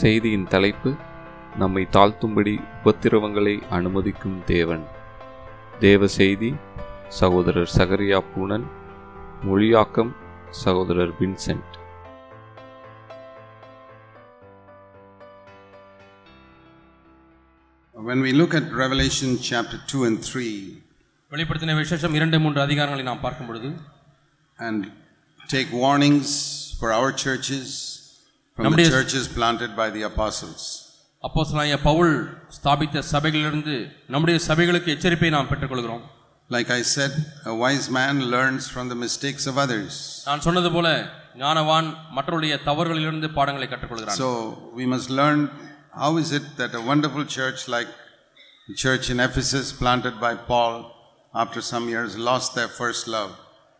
செய்தியின் தலைப்பு நம்மை தாழ்த்தும்படி உபத்திரவங்களை அனுமதிக்கும் தேவன் தேவ செய்தி சகோதரர் சகரியா பூனன் மொழியாக்கம் சகோதரர் Vincent When we look at Revelation chapter 2 and 3 வெளிப்படுத்தின விசேஷம் இரண்டு மூன்று அதிகாரங்களை நாம் பார்க்கும் பொழுது and take warnings for our churches from the நம்முடைய- churches planted by the apostles, அப்போஸ்தலனாகிய பவுல் ஸ்தாபித்த சபைகளிலிருந்து நம்முடைய சபைகளுக்கு எச்சரிப்பை நாம் பெற்றுக்கொள்கிறோம் like I said, a wise man learns from the mistakes of others. நான் சொன்னது போல ஞானவான் மற்றவருடைய தவறுகளிலிருந்து பாடங்களை கற்றுக்கொள்கிறான் So we must learn how is it that a wonderful church like the church in Ephesus planted by Paul after some years lost their first love.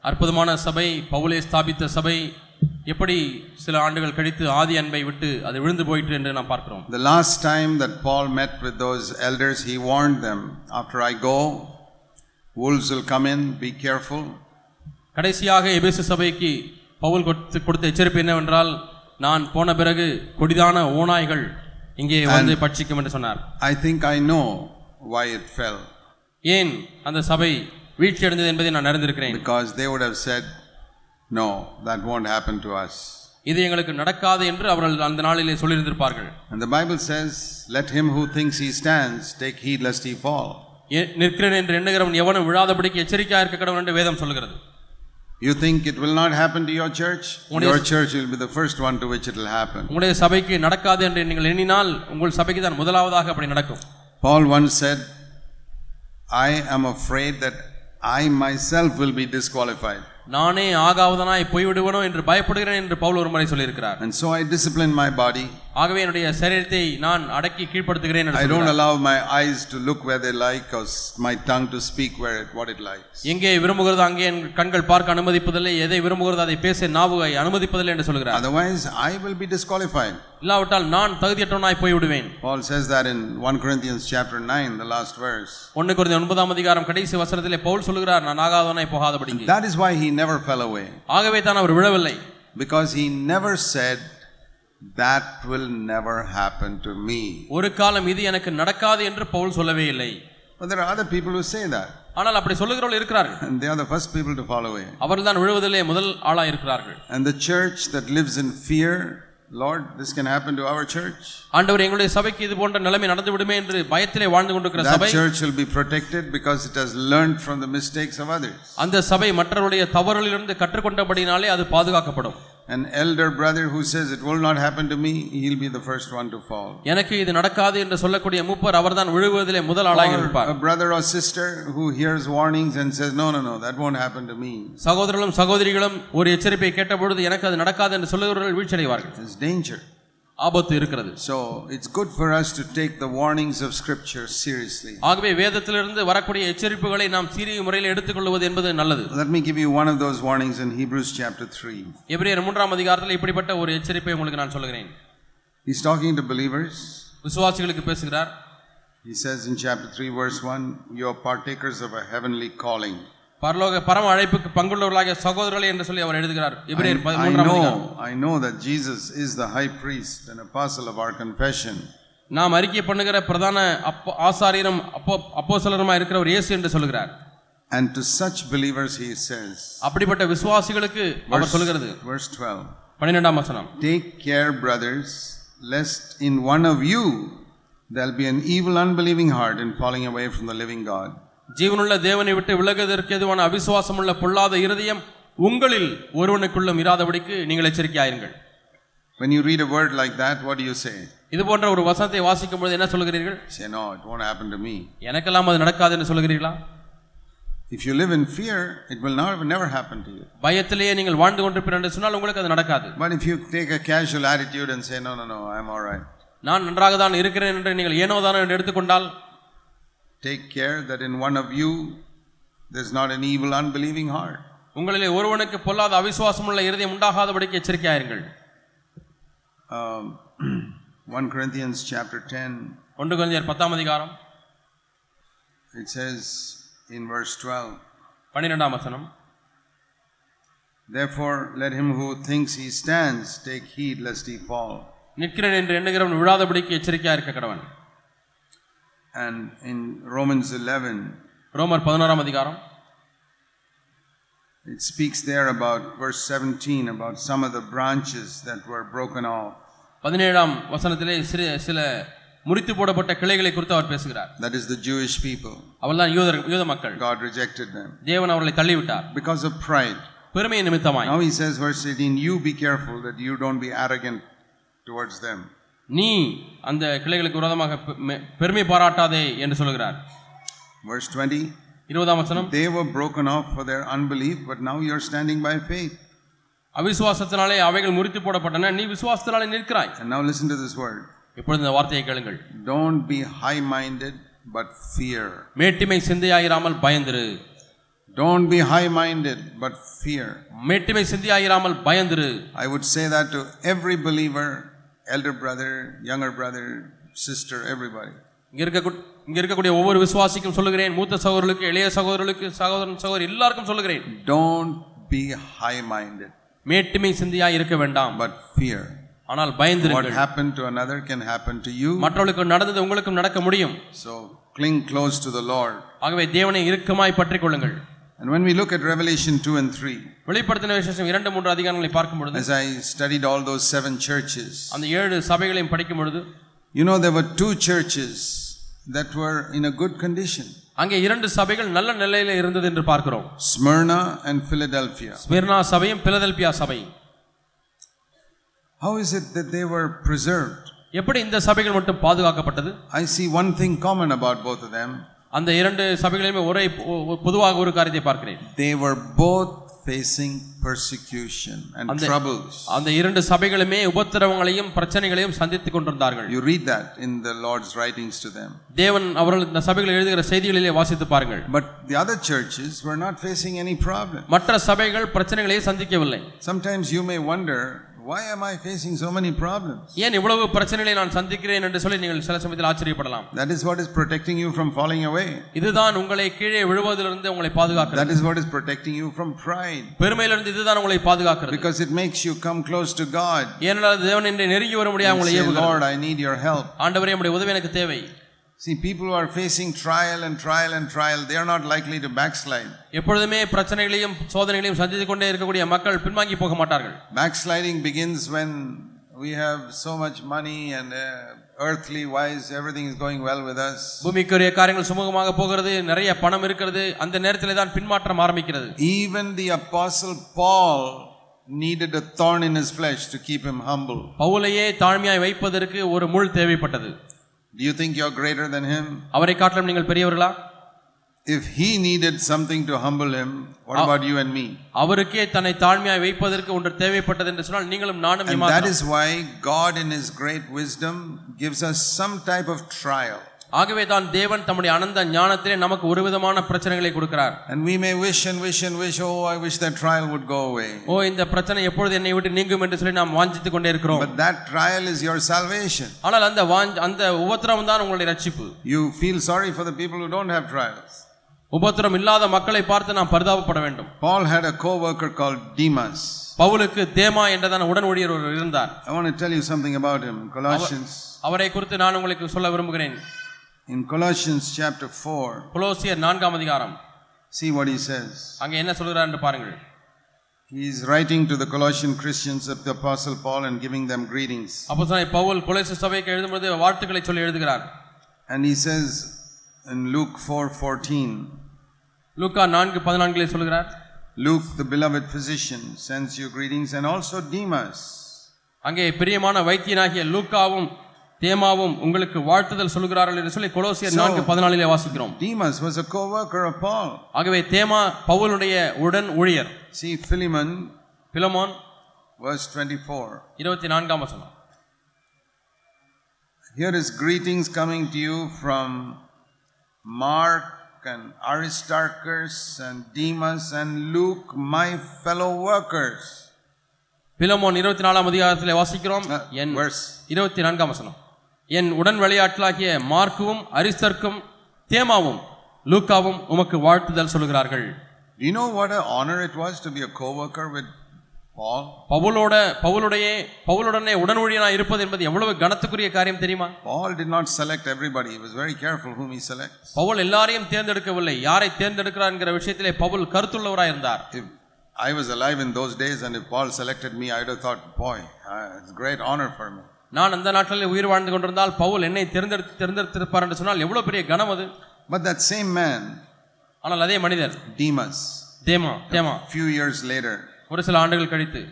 அற்புதமான சபை பவுலே ஸ்தாபித்த சபை எப்படி சில ஆண்டுகள் கழித்து ஆதி அன்பை விட்டு அது விழுந்து போயிற்று என்று நாம் பார்க்கிறோம் The last time that Paul met with those elders, he warned them, After I go, wolves will come in, be careful. கடைசியாக எபேசு சபைக்கு பவுல் கொடுத்து- கொடுத்த எச்சரிப்பு என்னவென்றால் நான் போன பிறகு கொடிதான ஓநாய்கள் இங்கே வந்து பட்சிக்கும் என்று சொன்னார் I think I know why it fell, ஏன் அந்த சபை வீழ்ச்சியடைந்தது என்பதை நான் அறிந்திருக்கிறேன் because they would have said, No, that won't happen to us. இது எங்களுக்கு நடக்காது என்று அவர்கள் அந்த நாளிலே சொல்லியிருந்திருப்பார்கள் And the Bible says, Let him who thinks he stands take heed lest he fall. எ- நிற்கிறேன் என்று எண்ணுகிறவன் எவனும் விழாதபடிக்கு எச்சரிக்கையாக இருக்க கடவுள் என்று வேதம் சொல்கிறது You think it will not happen to your church? What Your is- church will be the first one to which it will happen. உங்களுடைய சபைக்கு நடக்காது என்று நீங்கள் எண்ணினால் உங்கள் சபைக்கு தான் முதலாவதாக அப்படி நடக்கும் Paul once said, I am afraid that I myself will be disqualified. நானே ஆகாவதனாய் போய்விடுவனோ என்று பயப்படுகிறேன் என்று பவுல் ஒரு முறை சொல்லியிருக்கிறார் And so I discipline my body. ஆகவே என்னுடைய சரீரத்தை நான் அடக்கி கீழ்ப்படுத்துகிறேன் என்று I don't சொல்கிறார். allow my eyes to look where they like or s- my tongue to speak where it, what it likes. எங்கே விரும்புகிறதோ அங்கே என் கண்கள் பார்க்க அனுமதிப்பதில்லை எதை விரும்புகிறதோ அதை பேச நாவுகை அனுமதிப்பதில்லை என்று சொல்கிறார் Otherwise, I will be disqualified. இல்லாவிட்டால் நான் தகுதியற்றவனாய் போய்விடுவேன் Paul says that in 1 Corinthians chapter 9, the last verse. ஒன்று குறைந்த ஒன்பதாம் அதிகாரம் கடைசி வசனத்திலே பவுல் சொல்கிறார் நான் ஆகாதவனாய் போகாதபடிக்கு That is why he never fell away, ஆகவே தான் அவர் விழவில்லை because he never said, That will never happen to me. ஒரு காலம் இது எனக்கு நடக்காது என்று பவுல் சொல்லவே இல்லை But there are other people who say that, ஆனால் அப்படி சொல்லுகிறவர்கள் இருக்கிறார்கள் and they are the first people to fall away. அவர்கள் தான் விழுவதிலே முதல் ஆளாக இருக்கிறார்கள் And the church that lives in fear, Lord, this can happen to our church. ஆண்டவர் எங்களுடைய சபைக்கு இது போன்ற நிலைமை நடந்து விடுமே என்று பயத்திலே வாழ்ந்து கொண்டிருக்கிற That சபை church will be protected because it has learned from the mistakes of others. அந்த சபை மற்றவருடைய தவறுகளிலிருந்து கற்றுக்கொண்டபடினாலே அது பாதுகாக்கப்படும் An elder brother who says, It will not happen to me, he'll be the first one to fall. எனக்கு இது நடக்காது என்று சொல்லக்கூடிய மூப்பர் அவர்தான் விழுவதிலே முதல் ஆளாக Or இருப்பார் a brother or sister who hears warnings and says, No, no, no, that won't happen to me. சகோதரர்களும் சகோதரிகளும் ஒரு எச்சரிப்பை கேட்டபொழுது எனக்கு அது நடக்காது என்று சொல்லுகிறவர்கள் வீழ்ச்சியடைவார்கள் There's danger. ஆபத்து இருக்கிறது So it's good for us to take the warnings of Scripture seriously. ஆகவே வேதத்திலிருந்து வரக்கூடிய எச்சரிப்புகளை நாம் சீரிய முறையில் எடுத்துக்கொள்வது என்பது நல்லது Let me give you one of those warnings in Hebrews chapter 3. எபிரேயர் மூன்றாம் அதிகாரத்தில் இப்படிப்பட்ட ஒரு எச்சரிப்பை உங்களுக்கு நான் சொல்கிறேன் He's talking to believers. விசுவாசிகளுக்கு பேசுகிறார் He says in chapter 3, verse 1, You are partakers of a heavenly calling. பரலோக பரம அழைப்புக்கு பங்குள்ளவர்களாகிய சகோதரர்களே என்று சொல்லி அவர் எழுதுகிறார் I, எபிரேயர் பதி- I மூன்றாம் அதிகாரம் know, I know that Jesus is the high priest and apostle of our confession. நாம் அறிக்கை பண்ணுகிற பிரதான அப்போ ஆசாரியரும் அப்போ அப்போசலருமா இருக்கிறவர் இயேசு என்று சொல்கிறார் And to such believers he says, அப்படிப்பட்ட விசுவாசிகளுக்கு அவர் சொல்கிறது verse 12, பன்னிரெண்டாம் வசனம் Take care, brothers, lest in one of you there'll be an evil, unbelieving heart in falling away from the living God. ஜீவனுள்ள தேவனை விட்டு விலகுவதற்கு எதுவான அவிசுவாசமுள்ள பொல்லாத இருதயம் உங்களில் ஒருவனுக்குள்ளும் இராதபடிக்கு நீங்கள் எச்சரிக்கையாயிருங்கள் When you read a word like that, what do you say? இது போன்ற ஒரு வசனத்தை வாசிக்கும் பொழுது என்ன சொல்கிறீர்கள் You say, No, it won't happen to me. எனக்கெல்லாம் அது நடக்காது என்று சொல்கிறீர்களா If you live in fear, it will not, never happen to you. பயத்திலேயே நீங்கள் வாழ்ந்து கொண்டிருப்பீர்கள் என்று சொன்னால் உங்களுக்கு அது நடக்காது But if you take a casual attitude and say, No, no, no, I'm all right. நான் நன்றாக தான் இருக்கிறேன் என்று நீங்கள் ஏனோதானோ என்று எடுத்துக்கொண்டால் Take care that in one of you there's not an evil, unbelieving heart. உங்களிலே ஒருவனுக்கு பொல்லாத அவிசுவாசமுள்ள இருதயம் உண்டாகாதபடிக்கு எச்சரிக்கையாயிருங்கள் Um, 1 Corinthians chapter 10, ஒன்று குழந்தையர் பத்தாம் அதிகாரம் It says in verse 12, பன்னிரெண்டாம் வசனம் Therefore, let him who thinks he stands take heed lest he fall. நிற்கிறேன் என்று எண்ணுகிறவன் விழாதபடிக்கு எச்சரிக்கையா இருக்க கடவன் And in Romans 11, ரோமர் பதினோராம் அதிகாரம் it speaks there about verse 17 about some of the branches that were broken off. பதினேழாம் வசனத்திலே சிறு சில முறித்து போடப்பட்ட கிளைகளை குறித்து அவர் பேசுகிறார் That is the Jewish people. அவள்தான் யூதர் யூத மக்கள் God rejected them தேவன் அவர்களை தள்ளிவிட்டார் because of pride. பெருமையின் நிமித்தமாய் Now he says, verse 18, you be careful that you don't be arrogant towards them. நீ அந்த கிளைகளுக்கு விரோதமாக பெ- மெ- பெருமை பாராட்டாதே என்று சொல்கிறார் Verse 20, இருபதாம் வசனம் they were broken off for their unbelief, but now you're standing by faith. அவிசுவாசத்தினாலே அவைகள் முறித்து போடப்பட்டன நீ விசுவாசத்தினாலே நிற்கிறாய் And now listen to this word இப்பொழுது இந்த வார்த்தையை கேளுங்கள் don't be high minded, but fear. மேட்டிமை சிந்தையாயிராமல் பயந்திரு Don't be high minded, but fear. மேட்டிமை சிந்தையாயிராமல் பயந்திரு I would say that to every believer, elder brother, younger brother, sister, everybody. இங்க இருக்க இங்க இருக்கக்கூடிய ஒவ்வொரு விசுவாசிக்கும் சொல்லுகிறேன் மூத்த சகோதரர்களுக்கு இளைய சகோதரர்களுக்கு சகோதரன் சகோதரி எல்லாருக்கும் சொல்லுகிறேன் Don't be high minded, மேட்டுமை சிந்தையாய் இருக்க வேண்டாம் but fear. ஆனால் What பயந்திருங்கள் happened to another can happen to you. மற்றவர்களுக்கு நடந்தது உங்களுக்கும் நடக்க முடியும் So cling close to the Lord. ஆகவே தேவனை இறுக்கமாய் பற்றிக் கொள்ளுங்கள் And when we look at Revelation 2 and 3, வெளிப்படுத்தின விசேஷம் இரண்டு மூன்று அதிகாரங்களை பார்க்கும் பொழுது as I studied all those seven churches, அந்த ஏழு சபைகளையும் படிக்கும் பொழுது you know, there were two churches that were in a good condition அங்கே இரண்டு சபைகள் நல்ல நிலையில இருந்தது என்று பார்க்கிறோம் Smyrna and Philadelphia. ஸ்மிர்னா சபையும் பிலதெல்பியா சபை How is it that they were preserved? எப்படி இந்த சபைகள் மட்டும் பாதுகாக்கப்பட்டது I see one thing common about both of them. அந்த இரண்டு சபைகளையுமே ஒரே ஒ- ஒ- பொதுவாக ஒரு காரியத்தை பார்க்கிறேன் They were both facing persecution and And they- troubles. அந்த இரண்டு சபைகளுமே உபத்திரவங்களையும் பிரச்சனைகளையும் சந்தித்துக் கொண்டிருந்தார்கள் You read that in the Lord's writings to them. தேவன் அவர்கள் இந்த சபைகளை எழுதுகிற செய்திகளிலே வாசித்து பாருங்கள் But the other churches were not facing any problem. மற்ற சபைகள் பிரச்சனைகளையே சந்திக்கவில்லை Sometimes you may wonder, why am I facing so many problems? ஏன் இவ்வளவு பிரச்சனைகளை நான் சந்திக்கிறேன் என்று சொல்லி நீங்கள் சில சமயத்தில் ஆச்சரியப்படலாம் That is what is protecting you from falling away. இதுதான் உங்களை கீழே விழுவதிலிருந்து உங்களை பாதுகாக்கிறது That is what is protecting you from pride. பெருமையிலிருந்து இதுதான் உங்களை பாதுகாக்கிறது Because it makes you come close to God. ஏனென்றால் தேவன் என்று நெருங்கி வர முடியாது And உங்களை say, ஏவுகிறது Lord, I need your help. ஆண்டவரே உடைய உதவி எனக்கு தேவை See, people who are facing trial and trial and trial, they are not likely to backslide. எப்பொழுதுமே பிரச்சனைகளையும் சோதனைகளையும் சந்தித்துக் கொண்டே இருக்கக்கூடிய மக்கள் பின்வாங்கி போக மாட்டார்கள் Backsliding begins when we have so much money and uh, earthly wise, everything is going well with us. பூமிக்குரிய காரியங்கள் சுமூகமாக போகிறது நிறைய பணம் இருக்கிறது அந்த நேரத்திலே தான் பின்மாற்றம் ஆரம்பிக்கிறது Even the Apostle Paul needed a thorn in his flesh to keep him humble. பவுலையே தாழ்மையாய் வைப்பதற்கு ஒரு முள் தேவைப்பட்டது Do you think you're greater than him? அவரை காட்டிலும் நீங்கள் பெரியவர்களா If he needed something to humble him, what about you and me? அவருக்கே தன்னை தாழ்மையாய் வைப்பதற்கு ஒன்று தேவைப்பட்டது என்று சொன்னால் நீங்களும் நானும் And that ஏமாறலாம். is why God, in his great wisdom, gives us some type of trial. ஆகவே தான் தேவன் தம்முடைய அனந்த ஞானத்திலே நமக்கு ஒரு விதமான பிரச்சனைகளை கொடுக்கிறார் And we may wish and wish and wish, oh, I wish that trial would go away. ஓ இந்த பிரச்சனை எப்பொழுது என்னை விட்டு நீங்கும் என்று சொல்லி நாம் வாஞ்சித்துக் கொண்டே இருக்கிறோம் But that trial is your salvation. ஆனால் அந்த வாஞ்ச் அந்த உபத்திரம் தான் உங்களுடைய ரட்சிப்பு You feel sorry for the people who don't have trials. உபத்திரம் இல்லாத மக்களை பார்த்து நாம் பரிதாபப்பட வேண்டும் Paul had a co worker called Demas. பவுலுக்கு தேமா என்றதான உடன் ஊழியர் ஒருவர் இருந்தார் I want to tell you something about him. Colossians. அவரை குறித்து நான் உங்களுக்கு சொல்ல விரும்புகிறேன் In Colossians chapter 4, புலோசியர் நான்காம் அதிகாரம் see what he says. அங்கே என்ன சொல்கிறார் என்று பாருங்கள் He is writing to the Colossian Christians of the Apostle Paul and giving them greetings. அப்போ பவுல் கொலைசு சபைக்கு எழுதும்போது வாழ்த்துக்களை சொல்லி எழுதுகிறார் And he says in Luke 4:14, லூக்கா நான்கு பதினான்கிலே சொல்கிறார் Luke, the beloved physician, sends you greetings, and also Demas. அங்கே பிரியமான வைத்தியனாகிய லூக்காவும் தேமாவும் உங்களுக்கு வாழ்த்துதல் சொல்கிறார்கள் என்று சொல்லி கொலோசியர் நான்கு பதினாலிலே வாசிக்கிறோம் Demas was a co-worker of Paul. ஆகவே தேமா பவுலுடைய உடன் ஊழியர் See Philemon, பிலமோன் verse 24. இருபத்தி நான்காம் வசனம் Here is greetings coming to you from Mark and Aristarchus and Demas and Luke, my fellow workers. Philemon இருபத்தி நாலாம் அதிகாரத்திலே வாசிக்கிறோம் Uh, என் verse. இருபத்தி நான்காம் வசனம் என் உடன் விளையாட்டலாகிய மார்க்குவும் அரிஸ்தர்க்கும் தேமாவும் லூக்காவும் உமக்கு வாழ்த்துதல் சொல்கிறார்கள் Do you know what an honor it was to be a co worker with Paul. பவுலோட பவுலுடைய பவுலுடனே உடனொழியனா இருப்பது என்பது எவ்வளவு கனத்துக்குரிய காரியம் தெரியுமா Paul did not select everybody. He was very careful whom he selects. Pavul எல்லாரையும் தேர்ந்தெடுக்கவில்லை யாரை தேர்ந்தெடுக்கிறார் என்கிற விஷயத்திலே பவுல் கருத்துள்ளவராய் இருந்தார் If I was alive in those days and if Paul selected me, I would have thought, boy, uh, it's a great honor for me. நான் அந்த நாட்களில் உயிர் வாழ்ந்து கொண்டிருந்தால் பவுல் என்னை தேர்ந்தெடுத்து தேர்ந்தெடுத்திருப்பார் என்று சொன்னால் எவ்வளவு பெரிய கனம் அது But that same man, ஆனால் அதே மனிதர் Demas, தேமா தேமா a few years later, ஒரு சில ஆண்டுகள் கழித்து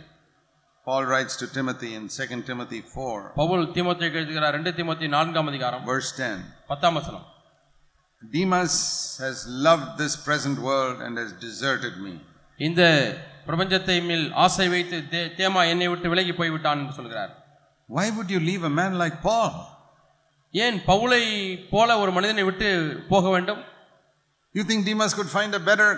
Paul writes to Timothy in 2 Timothy 4, Pavul தீமோத்தேயுக்கு எழுதுகிறார் ரெண்டு தீமோத்தேயு நான்காம் அதிகாரம் verse 10. பத்தாம் வசனம் Demas has loved this present world and has deserted me. இந்த பிரபஞ்சத்தை மேல் ஆசை வைத்து தே- தேமா என்னை விட்டு விலகி போய்விட்டான் என்று சொல்கிறார் Why would you leave a man like Paul? ஏன் பவுலை போல ஒரு மனிதனை விட்டு போக வேண்டும் You think Demas could find a better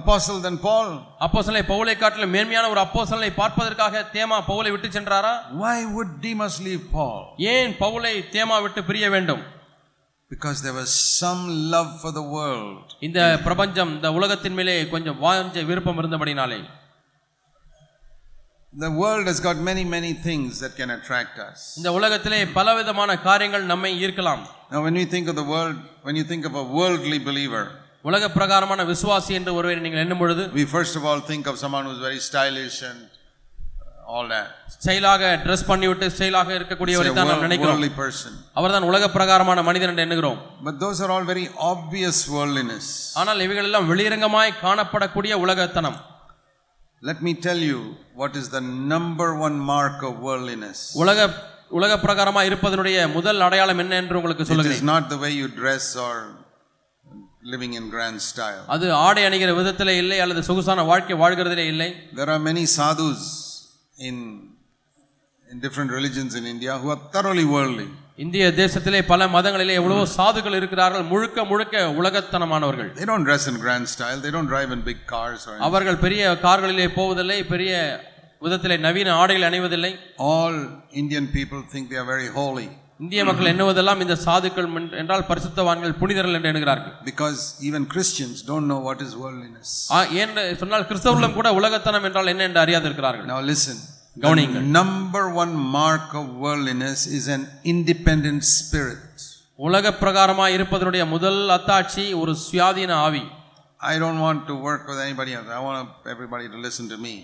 apostle than Paul? அப்போஸ்தலனை பவுலை காட்டிலும் மேன்மையான ஒரு அப்போஸ்தலனை பார்ப்பதற்காக தேமா பவுலை விட்டு சென்றாரா Why would Demas leave Paul? ஏன் பவுலை தேமா விட்டு பிரிய வேண்டும் Because there was some love for the world. இந்த பிரபஞ்சம் இந்த உலகத்தின் மேலே கொஞ்சம் வாஞ்ச விருப்பம் இருந்தபடினாலே The world has got many, many things that can attract us. இந்த உலகத்திலே பலவிதமான காரியங்கள் நம்மை ஈர்க்கலாம் Now, when we think of the world, when you think of a worldly believer, உலக பிரகாரமான விசுவாசி என்று ஒருவரை நீங்கள் எண்ணும் பொழுது we first of all think of someone who's very stylish and uh, all that. ஸ்டைலாக ட்ரெஸ் பண்ணிவிட்டு ஸ்டைலாக இருக்கக்கூடியவரை Say a தான் நாம் world- நினைக்கிறோம் worldly person. அவர்தான் உலக பிரகாரமான மனிதன் என்று எண்ணுகிறோம் But those are all very obvious worldliness. ஆனால் இவைகளெல்லாம் வெளியரங்கமாய் காணப்படக்கூடிய உலகத்தனம் Let me tell you what is the number one mark of worldliness. உலக உலக பிரகாரமாக இருப்பதனுடைய முதல் அடையாளம் என்ன என்று உங்களுக்கு It சொல்லுகிறேன் is not the way you dress or living in grand style. அது ஆடை அணிகிற விதத்திலே இல்லை அல்லது சொகுசான வாழ்க்கை வாழ்கிறதிலே இல்லை There are many sadhus in, in different religions in India who are thoroughly worldly. இந்திய தேசத்திலே பல மதங்களிலே எவ்வளவோ Mm. சாதுகள் இருக்கிறார்கள் முழுக்க முழுக்க உலகத்தனமானவர்கள் They don't dress in grand style, they don't drive in big cars or anything. அவர்கள் பெரிய கார்களிலே போவதில்லை பெரிய விதத்திலே நவீன ஆடைகள் அணிவதில்லை All Indian people think they are very holy இந்திய மக்கள் எண்ணுவதெல்லாம் இந்த சாதுக்கள் மென்- என்றால் பரிசுத்தவான்கள் புனிதர்கள் என்று எண்ணுகிறார்கள் because even Christians don't know what is worldliness. ஆ, ஏன் சொன்னால் கிறிஸ்தவர்களும் கூட உலகத்தனம் என்றால் என்ன என்று அறியாது இருக்கிறார்கள் Now listen. The கவனியுங்கள். number one mark of worldliness is an independent spirit. உலக பிரகாரமாக இருப்பதனுடைய முதல் அத்தாட்சி ஒரு சுயாதீன ஆவி I don't want to work with anybody else. I want everybody to listen to me.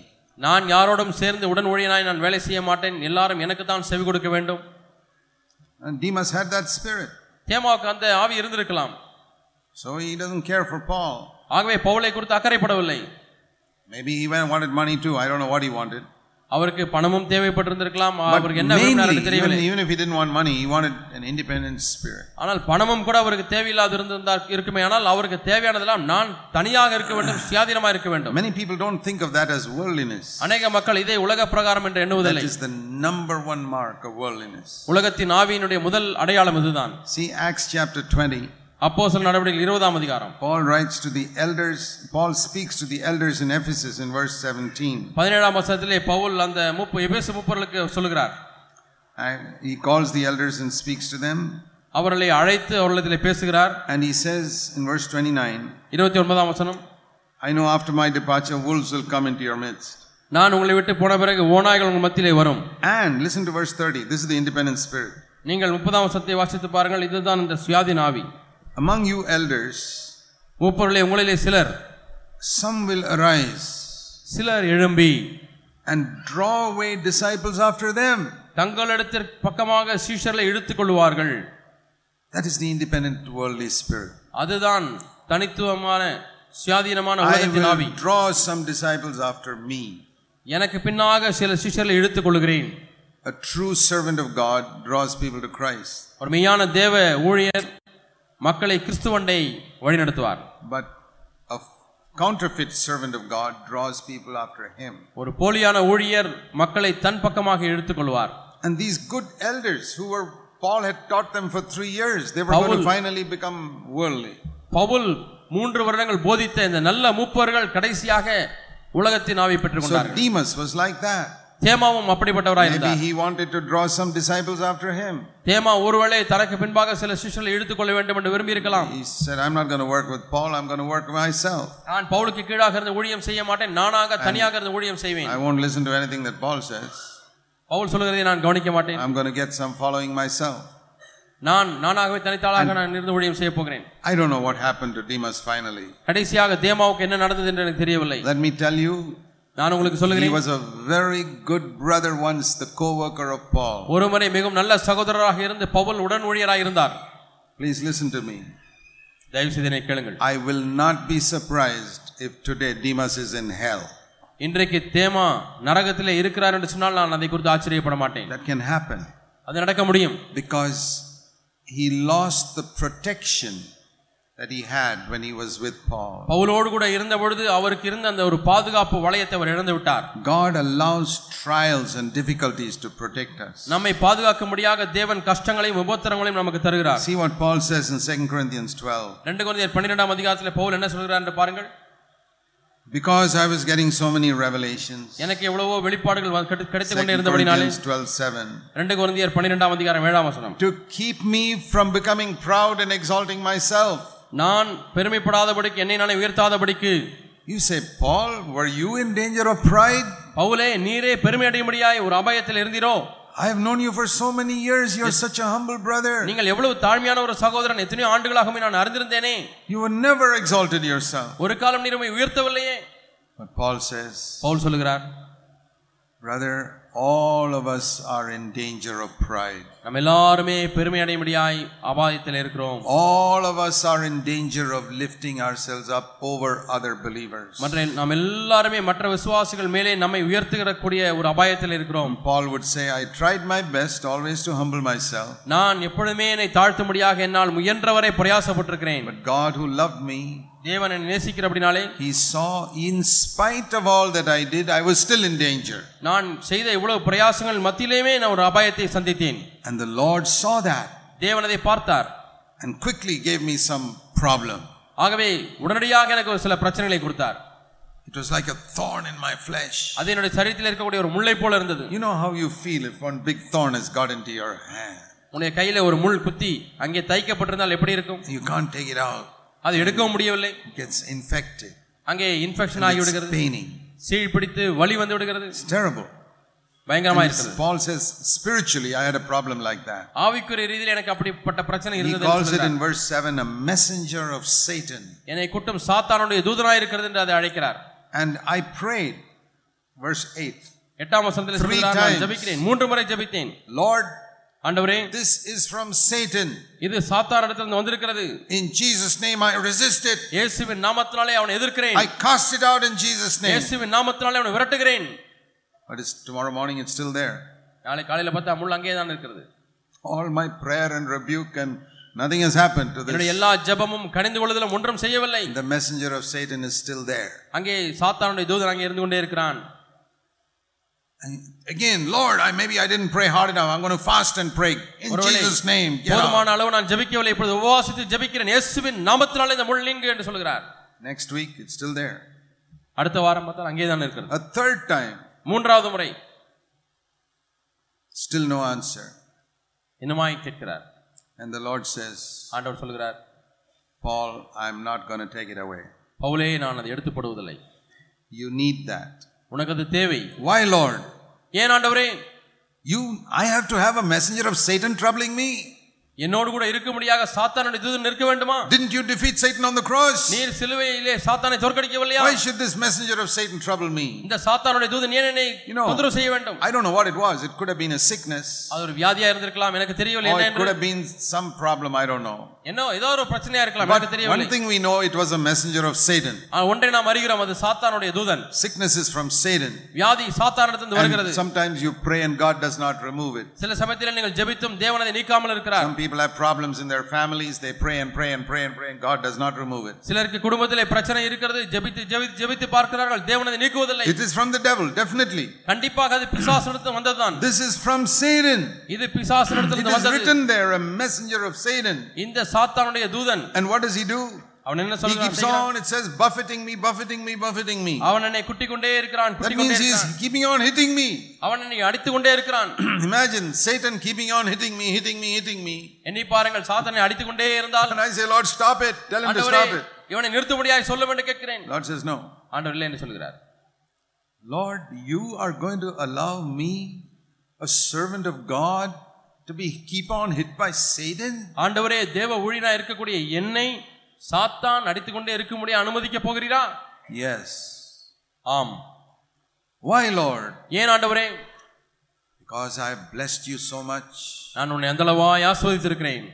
நான் யாரோடும் சேர்ந்து உடன் ஊழியனாய் நான் வேலை செய்ய மாட்டேன் எல்லாரும் எனக்கு தான் செவி கொடுக்க வேண்டும் And Demas had that spirit. தேமாவுக்கு அந்த ஆவி இருந்திருக்கலாம் So he doesn't care for Paul. ஆகவே பவுலை குறித்து அக்கறைப்படவில்லை Maybe he went- wanted money too. I don't know what he wanted. அவருக்கு பணமும் தேவைப்பட்டிருந்திருக்கலாம் But Ah, அவருக்கு என்ன விரும்பினார் mainly, என்று even, தெரியவில்லை even if he didn't want money, he wanted an independent spirit. ஆனால் பணமும் கூட அவருக்கு தேவையில்லாது இருந்திருந்தார் இருக்குமே ஆனால் அவருக்கு தேவையானதெல்லாம் நான் தனியாக இருக்க வேண்டும் சுயாதீனமாக இருக்க வேண்டும் Many people don't think of that as worldliness. அநேக மக்கள் இதை உலக பிரகாரம் என்று That எண்ணுவதில்லை is the number one mark of worldliness. உலகத்தின் ஆவியினுடைய முதல் அடையாளம் இதுதான் See Acts chapter 20. அப்போஸ்தலர் நடவடிக்கைகள் இருபதாம் அதிகாரம் Paul writes to the elders, Paul speaks to the elders in Ephesus in verse 17. பதினேழாம் வருஷத்திலே பவுல் அந்த முப்பு எபேசு முப்பர்களுக்கு சொல்கிறார் And he calls the elders and speaks to them. அவர்களை அழைத்து அவர்களிடத்தில் பேசுகிறார் And he says in verse 29, இருபத்தி ஒன்பதாம் வசனம் I know after my departure wolves will come into your midst. நான் உங்களை விட்டு போன பிறகு ஓநாய்கள் உங்கள் மத்தியிலே வரும் And listen to verse 30. This is the independent spirit. நீங்கள் முப்பதாம் வசனத்தை வாசித்து பாருங்கள் இதுதான் இந்த சுயாதீன ஆவி Among you elders, மூப்பொருளே உங்களிலே சிலர் some will arise சிலர் எழும்பி and draw away disciples after them. தங்களிடத்திற்கு பக்கமாக சீஷர்களை இழுத்துக் கொள்வார்கள் That is the independent worldly spirit. அதுதான் தனித்துவமான சுயாதீனமான I உலகத்தின் will ஆவி draw some disciples after me. எனக்கு பின்னாக சில சீஷர்களை இழுத்துக் கொள்கிறேன் A true servant of God draws people to Christ. ஒரு மெய்யான தேவ ஊழியர் மக்களை கிறிஸ்துவண்டை வழிநடத்துவார் But a f- counterfeit servant of God draws people after him. ஒரு போலியான ஊழியர் மக்களை தன் பக்கமாக இழுத்துக் கொள்வார் And these good elders who were, Paul had taught them for three years, they were Paul- going to finally become worldly. Pavul மூன்று வருடங்கள் போதித்த இந்த நல்ல மூப்பர்கள் கடைசியாக உலகத்தின் ஆவி பெற்றுக் So கொண்டார்கள் Demas was like that. தேமாவும் அப்படிப்பட்டவராய் Maybe இருந்தார் he wanted to draw some disciples after him. தேமா ஒருவேளை தனக்கு பின்பாக சில சிஷ்யர்களை இழுத்துக் கொள்ள வேண்டும் என்று விரும்பி இருக்கலாம் He said, I'm not going to work with Paul, I'm going to work myself. நான் பவுலுக்கு கீழாக இருந்து ஊழியம் செய்ய மாட்டேன் நானாக தனியாக இருந்து ஊழியம் செய்வேன் I won't listen to anything that Paul says. Pavul சொல்கிறதை நான் கவனிக்க மாட்டேன் I'm going to get some following myself. நான் நானாகவே தனித்தாளாக நான் இருந்து ஊழியம் செய்ய போகிறேன் I don't know what happened to Demas finally. கடைசியாக தேமாவுக்கு என்ன நடந்தது என்று எனக்கு தெரியவில்லை Let me tell you, நான் உங்களுக்கு he சொல்லுகிறேன் was a very good brother once, the co worker of Paul. ஒருமுறை மிகவும் நல்ல சகோதரராக இருந்து பவுல் உடன் ஊழியராக இருந்தார் Please listen to me. தயவு செய்து என்னை கேளுங்கள் I will not be surprised if today Demas is in hell. இன்றைக்கு தேமா நரகத்திலே இருக்கிறார் என்று சொன்னால் நான் அதை குறித்து ஆச்சரியப்பட மாட்டேன் That can happen அது நடக்க முடியும் because he lost the protection that he had when he was with Paul. பவுலோடு கூட இருந்த பொழுது அவருக்கு இருந்த அந்த ஒரு பாதுகாப்பு வளையத்தை அவர் இழந்து விட்டார் God allows trials and difficulties to protect us. நம்மை பாதுகாக்க முடியாத தேவன் கஷ்டங்களையும் உபத்திரங்களையும் நமக்கு தருகிறார் See what Paul says in 2 Corinthians 12. ரெண்டு குழந்தையர் பன்னிரெண்டாம் அதிகாரத்தில் பவுல் என்ன சொல்கிறார் என்று பாருங்கள் Because I was getting so many revelations. எனக்கு எவ்வளவோ வெளிப்பாடுகள் வந்து கிடை- கிடைத்துக் 2 கொண்டே இருந்தபடினாலே Corinthians 12 7. ரெண்டு குழந்தையர் பன்னிரெண்டாம் அதிகாரம் ஏழாம் வசனம் To keep me from becoming proud and exalting myself. நான் பெருமைப்படாதபடிக்கு என்னை நானே உயர்த்தாதபடிக்கு You say, Paul, were you in danger of pride? பவுலே நீரே பெருமை அடையும்படியாய் ஒரு அபாயத்தில் இருந்தீரோ I have known you for so many years. You're such a humble brother. நீங்கள் எவ்வளவு தாழ்மையான ஒரு சகோதரன் எத்தனையோ ஆண்டுகளாகவே நான் அறிந்திருந்தேனே You were never exalted yourself. ஒரு காலம் நீர் உம்மை உயர்த்தவில்லையே But Paul says, பவுல் சொல்லுகிறார் Brother, all of us are in danger of pride. நம்ம எல்லாருமே பெருமை அடையும்படியாய் அபாயத்தில் இருக்கிறோம் All of us are in danger of lifting ourselves up over other believers. மற்ற நாம் எல்லாருமே மற்ற விசுவாசிகள் மேலே நம்மை உயர்த்துகிறக்கூடிய ஒரு அபாயத்தில் இருக்கிறோம் Paul would say, I tried my best always to humble myself, நான் எப்பொழுதுமே என்னை தாழ்த்தும்படியாக என்னால் முயன்றவரை பிரயாசப்பட்டிருக்கிறேன் but God who loved me, தேவன் என்னை நேசிக்கிறபடினாலே he saw in spite of all that I did, I was still in danger. நான் செய்த இவ்வளவு பிரயாசங்கள் மத்தியிலேயுமே நான் ஒரு அபாயத்தை சந்தித்தேன் And the Lord saw that தேவன் அதை பார்த்தார் and quickly gave me some problem. ஆகவே உடனடியாக எனக்கு ஒரு சில பிரச்சனைகளை கொடுத்தார் It was like a thorn in my flesh. அது என்னுடைய சரீரத்தில் இருக்கக்கூடிய ஒரு முள்ளை போல இருந்தது You know how you feel if one big thorn has got into your hand. உன்னுடைய கையில ஒரு முள் குத்தி அங்கே தைக்கப்பட்டிருந்தால் எப்படி இருக்கும் You can't take it out. அது எடுக்கவும் முடியவில்லை It gets infected. அங்கே இன்ஃபெக்ஷன் ஆகி It's விடுகிறது paining. சீழ் பிடித்து வலி வந்து விடுகிறது It's terrible. பயங்கரமா And இருக்கிறது Paul says, spiritually, I had a problem like that. ஆவிக்குரிய ரீதியில் எனக்கு அப்படிப்பட்ட பிரச்சனை He இருந்தது calls என்று it சொல்கிறார். in verse 7 a messenger of Satan. என்னை குட்டும் சாத்தானுடைய தூதனாய் இருக்கிறது என்று அதை அழைக்கிறார் And I prayed, verse 8, எட்டாம் வசனத்தில் Three சொல்கிறார், நான் times. ஜெபிக்கிறேன் மூன்று முறை ஜெபித்தேன் Lord, ஆண்டவரே this is from Satan. இது சாத்தான இடத்திலிருந்து வந்திருக்கிறது In Jesus' name, I resist it. இயேசுவின் நாமத்தினாலே அவனை எதிர்க்கிறேன் I cast it out in Jesus' name. இயேசுவின் நாமத்தினாலே அவனை விரட்டுகிறேன் But it's tomorrow morning, it's still there. நாளை காலையில பார்த்தா முள் அங்கேயே தான் இருக்கிறது all my prayer and rebuke and nothing has happened to என்னுடைய this. எல்லா ஜெபமும் கணிந்து கொள்ளுதலும் ஒன்றும் செய்யவில்லை The messenger of Satan is still there. அங்கே சாத்தானுடைய தூதன் அங்கே இருந்து கொண்டே இருக்கிறான் And again, Lord, I maybe I didn't pray hard enough. I'm going to fast and pray in ஒருவேளை Jesus' name. Get out. போதுமான அளவு நான் ஜெபிக்கவில்லை இப்பொழுது உபவாசித்து ஜெபிக்கிறேன் இயேசுவின் நாமத்தினாலே இந்த முள் நீங்கு என்று சொல்கிறார் Next week, it's still there. அடுத்த வாரம் பார்த்தா அங்கே தான் இருக்கிறது A third time, மூன்றாவது முறை still no answer. இன்னுமாய் கேட்கிறார் And the Lord says, ஆண்டவர் சொல்கிறார் Paul, I'm not going to take it away. பவுலே நான் அதை எடுத்துப்படுவதில்லை You need that. உனக்கு அது தேவை Why, Lord? ஏன் ஆண்டவரே You, I have to have a messenger of Satan troubling me. என்னோடு கூட இருக்கும்படியாக சாத்தானுடைய தூதன் நிற்க வேண்டுமா Didn't you defeat Satan on the cross? நீர் சிலுவையிலே சாத்தானை தோற்கடிக்கவில்லையா Why should this messenger of Satan trouble me? இந்த சாத்தானுடைய தூதன் ஏன் என்னை You know- தொந்தரவு செய்ய வேண்டும் I don't know what it was. It could have been a sickness, அது ஒரு வியாதியா இருந்திருக்கலாம் எனக்கு தெரியவில்லை or Oh, என்ன it could என்று have been some problem. I don't know. என்ன ஏதோ ஒரு பிரச்சனையா இருக்கலாம் But எனக்கு one தெரியவில்லை thing we know, it was a messenger of Satan. ஆனா ஒன்றை நாம் அறிகிறோம் அது சாத்தானுடைய தூதன் Sickness is from Satan. வியாதி சாத்தானிடத்திலிருந்து வருகிறது And sometimes you pray and God does not remove it. சில சமயத்தில் நீங்கள் ஜெபித்தும் தேவன் அதை நீக்காமல் இருக்கிறார் Some people have problems in their families. They pray and pray and pray and pray, and God does not remove it. சிலருக்கு குடும்பத்திலே பிரச்சனை இருக்கிறது ஜெபித்து ஜெபித்து ஜெபித்து பார்க்கிறார்கள் தேவன் அதை நீக்குவதில்லை It is from the devil, definitely. கண்டிப்பாக அது பிசாசனிடத்தில் வந்ததுதான் This is from Satan. இது It பிசாசனிடத்திலிருந்து is வந்தது written there, a messenger of Satan. இந்த சாத்தானுடைய தூதன் And what does he do? அவன் என்ன He சொல்றான் keeps செய்கிறான்? on, it says, buffeting me, buffeting me, buffeting me. அவன் என்னை குட்டிக் கொண்டே இருக்கிறான் That குட்டிக் கொண்டே means he இருக்கிறான். is keeping on hitting me. அவன் என்னை அடித்துக் கொண்டே இருக்கிறான் Imagine Satan keeping on hitting me, hitting me, hitting me. எண்ணி பாருங்கள் சாத்தனை அடித்துக் கொண்டே இருந்தால் And I say, Lord, stop it. Tell him to ஆண்டவரே stop it. இவனை நிறுத்தும்படியாக சொல்ல வேண்டும் கேட்கிறேன் Lord says, No. ஆண்டவர் இல்லை என்று சொல்கிறார் Lord, you are going to allow me, a servant of God, to be keep on hit by Satan? ஆண்டவரே தேவ ஊழியனா இருக்கக்கூடிய என்னை சாத்தான் அடித்துக் கொண்டே இருக்கும்படி அனுமதிக்க போகிறீரா Yes. ஆம் Why, Lord? ஏன் ஆண்டவரே Because I have blessed you so much. நான் உன்னை அந்தளவாய் ஆஸ்வதித்திருக்கிறேன்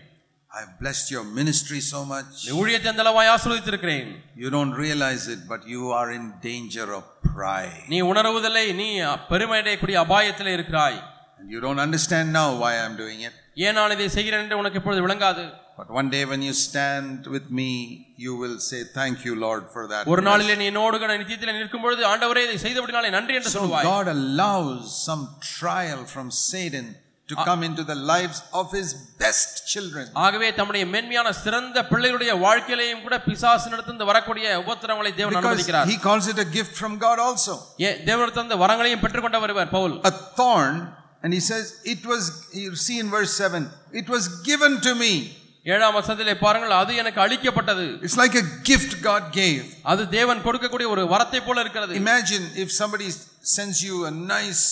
I have blessed your ministry so much. நீ ஊழியத்தை அந்தளவாய் ஆஸ்வதித்திருக்கிறேன் You don't realize it, but you are in danger of pride. நீ உணர்வதில்லை நீ பெருமையடையக்கூடிய அபாயத்தில் இருக்கிறாய் And you don't understand now why I'm doing it. ஏன் நான் இதை செய்கிறேன் என்று உனக்கு இப்பொழுது விளங்காது But one day when you stand with me, you will say, Thank you, Lord, for that. ஒரு நாளிலே நீ என்னோடு கூட நித்தியத்தில் நிற்கும் பொழுது ஆண்டவரே இதை செய்தபடினாலே நன்றி என்று So சொல்வாய் God allows some trial from Satan to Ah. come into the lives of his best children. ஆகவே தம்முடைய மேன்மையான சிறந்த பிள்ளைகளுடைய வாழ்க்கையிலையும் கூட பிசாசு நடத்திருந்து வரக்கூடிய உபத்திரங்களை தேவன் Because அனுமதிக்கிறார் he calls it a gift from God also. ஏ தேவனிடத்திலிருந்து வரங்களையும் பெற்றுக்கொண்ட வருவார் Pavul A thorn, and he says, It was, you see in verse 7, it was given to me. ஏழாம் வசனத்திலே பாருங்கள் அது எனக்கு அளிக்கப்பட்டது It's like a gift God gave. அது தேவன் கொடுக்கக்கூடிய ஒரு வரத்தை போல இருக்கிறது Imagine if somebody sends you a nice,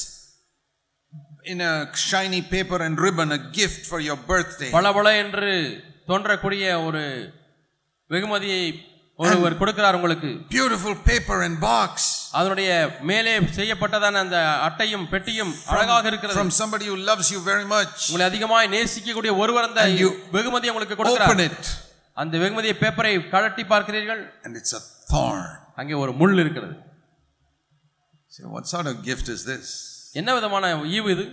in a shiny paper and ribbon, a gift for your birthday. பளபள என்று தோன்றக்கூடிய ஒரு வெகுமதியை ஒருவர் கொடுக்கிறார் உங்களுக்கு Beautiful paper and box அதனுடைய மேலே செய்யப்பட்டதான அந்த அட்டையும் பெட்டியும் அழகாக இருக்கிறது from somebody who loves you very much. உங்களை அதிகமாய் நேசிக்கக்கூடிய ஒருவர் அந்த And you வெகுமதியை உங்களுக்கு Open கொடுக்கிறார் it. அந்த வெகுமதியை பேப்பரை கழட்டி பார்க்கிறீர்கள் and it's a thorn. அங்கே ஒரு முள் இருக்கிறது So, what sort of gift is this? என்ன விதமான ஈவு இது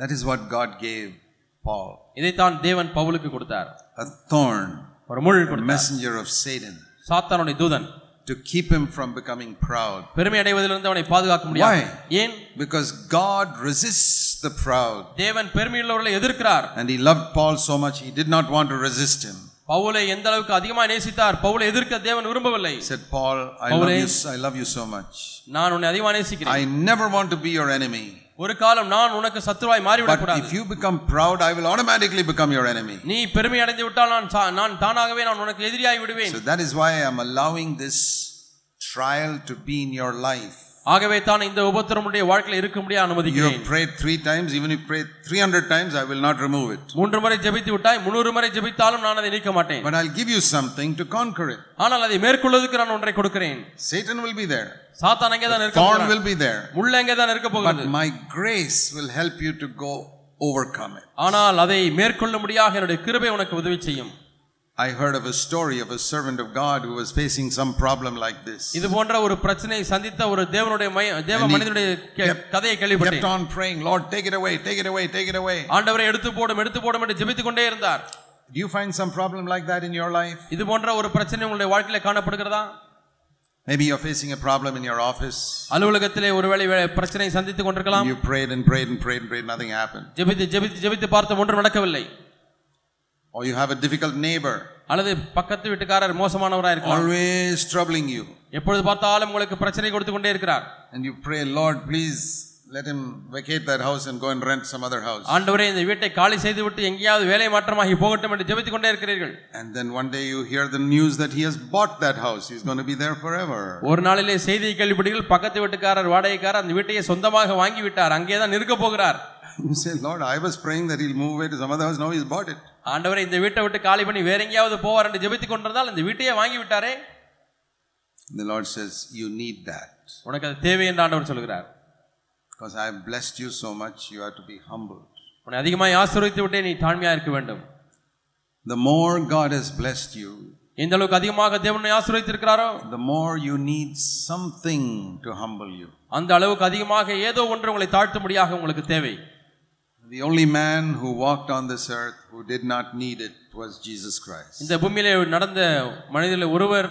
That is what God gave Paul இதைத்தான் தேவன் பவுலுக்கு கொடுத்தார் a thorn, ஒரு முள் a கொடுத்தார் messenger of Satan, சாத்தானுடைய தூதன் to keep him from becoming proud. பெருமை அடைவதிலிருந்து அவனை பாதுகாக்க முடியாது ஏன் Because God resists the proud. தேவன் பெருமையுள்ளவர்களை எதிர்க்கிறார் And he loved Paul so much, he did not want to resist him. பவுலை எந்த அளவுக்கு அதிகமாக நேசித்தார் பவுலை எதிர்க்க தேவன் விரும்பவில்லை He said, Paul, I, Paul, love eh? you, I love you so much. நான் உன்னை அதிகமாக நேசிக்கிறேன் I never want to be your enemy. ஒரு காலம் நான் உனக்கு சத்துருவாய் But மாறிவிடக்கூடாது if you become proud, I will automatically become your enemy. நீ பெருமை அடைந்து விட்டால் நான் சா- நான் தானாகவே நான் உனக்கு எதிரியாய் விடுவேன் So that is why I'm allowing this trial to be in your life. ஆகவே தான் இந்த உபத்திரமுடைய வாழ்க்கையில் இருக்க முடிய You have அனுமதிக்கிறேன் prayed three times, even if you pray 300 times, I will not remove it. மூன்று முறை ஜெபித்து விட்டாய் முன்னூறு முறை ஜெபித்தாலும் நான் அதை நீக்க மாட்டேன் But I'll give you something to conquer it. ஆனால் அதை மேற்கொள்வதற்கு நான் ஒன்றை கொடுக்கிறேன் Satan will be there, சாத்தான் அங்கே தான் இருக்க thorn போகிறான். will be there. முள் அங்கே தான் இருக்க But போகிறது my grace will help you to go overcome it. ஆனால் அதை மேற்கொள்ள முடியாத என்னுடைய கிருபை உனக்கு உதவி செய்யும் I heard of a story of a servant of God who was facing some problem like this. இது போன்ற ஒரு பிரச்சனையை சந்தித்த ஒரு தேவனுடைய மய- தேவ And he மனிதனுடைய கே- kept- கதையை Kept கேள்விப்பட்டேன் on praying, Lord, take it away, take it away, take it away. ஆண்டவரை எடுத்து போடும் எடுத்து போடும் என்று ஜெபித்துக் கொண்டே இருந்தார் Do you find some problem like that in your life? இது போன்ற ஒரு பிரச்சனை உங்களுடைய வாழ்க்கையில காணப்படுகிறதா Maybe you're facing a problem in your office. அலுவலகத்திலே ஒருவேளை வே- பிரச்சனை சந்தித்துக் கொண்டிருக்கலாம் You prayed and prayed and prayed and prayed, nothing happened. ஜெபித்து ஜெபித்து ஜெபித்து பார்த்து ஒன்றும் நடக்கவில்லை Or you have a difficult neighbor அல்லது பக்கத்து வீட்டுக்காரர் மோசமானவராக இருக்கலாம் always troubling you. எப்பொழுது பார்த்தாலும் உங்களுக்கு பிரச்சனை கொடுத்து கொண்டே இருக்கிறார் And you pray, Lord, please let him vacate that house and go and rent some other house. ஆண்டவரே இந்த வீட்டை காலி செய்து விட்டு எங்கேயாவது வேலை மாற்றமாகி போகட்டும் என்று ஜெபித்துக் கொண்டே இருக்கிறீர்கள் And then one day you hear the news that he has bought that house. He's going to be there forever. ஒரு நாளிலே செய்தியை கேள்விப்படுகள் பக்கத்து வீட்டுக்காரர் வாடகைக்காரர் அந்த வீட்டையை சொந்தமாக வாங்கி விட்டார் அங்கே தான் இருக்க போகிறார் You say, Lord, I was praying that he'll move away to some other house. Now he's bought it. ஆண்டவரே இந்த வீட்டை விட்டு காலி பண்ணி வேற எங்கேயாவது போவார் என்று ஜெபித்துக் கொண்டிருந்தால் இந்த வீட்டையே வாங்கி விட்டாரே And the Lord says, You need that. உனக்கு அது தேவை என்று ஆண்டவர் சொல்கிறார் Because I have blessed you so much, you have to be humbled. உன்னை அதிகமாக ஆசீர்வதித்து விட்டே நீ தாழ்மையா இருக்க வேண்டும் The more God has blessed you, எந்த அளவுக்கு அதிகமாக தேவனை ஆசீர்வதித்திருக்கிறாரோ the more you need something to humble you. அந்த அளவுக்கு அதிகமாக ஏதோ ஒன்று உங்களை தாழ்த்தும்படியாக உங்களுக்கு தேவை The only man who walked on this earth who did not need it was Jesus Christ. இந்த பூமியிலே நடந்த மனிதர்கள் ஒருவர்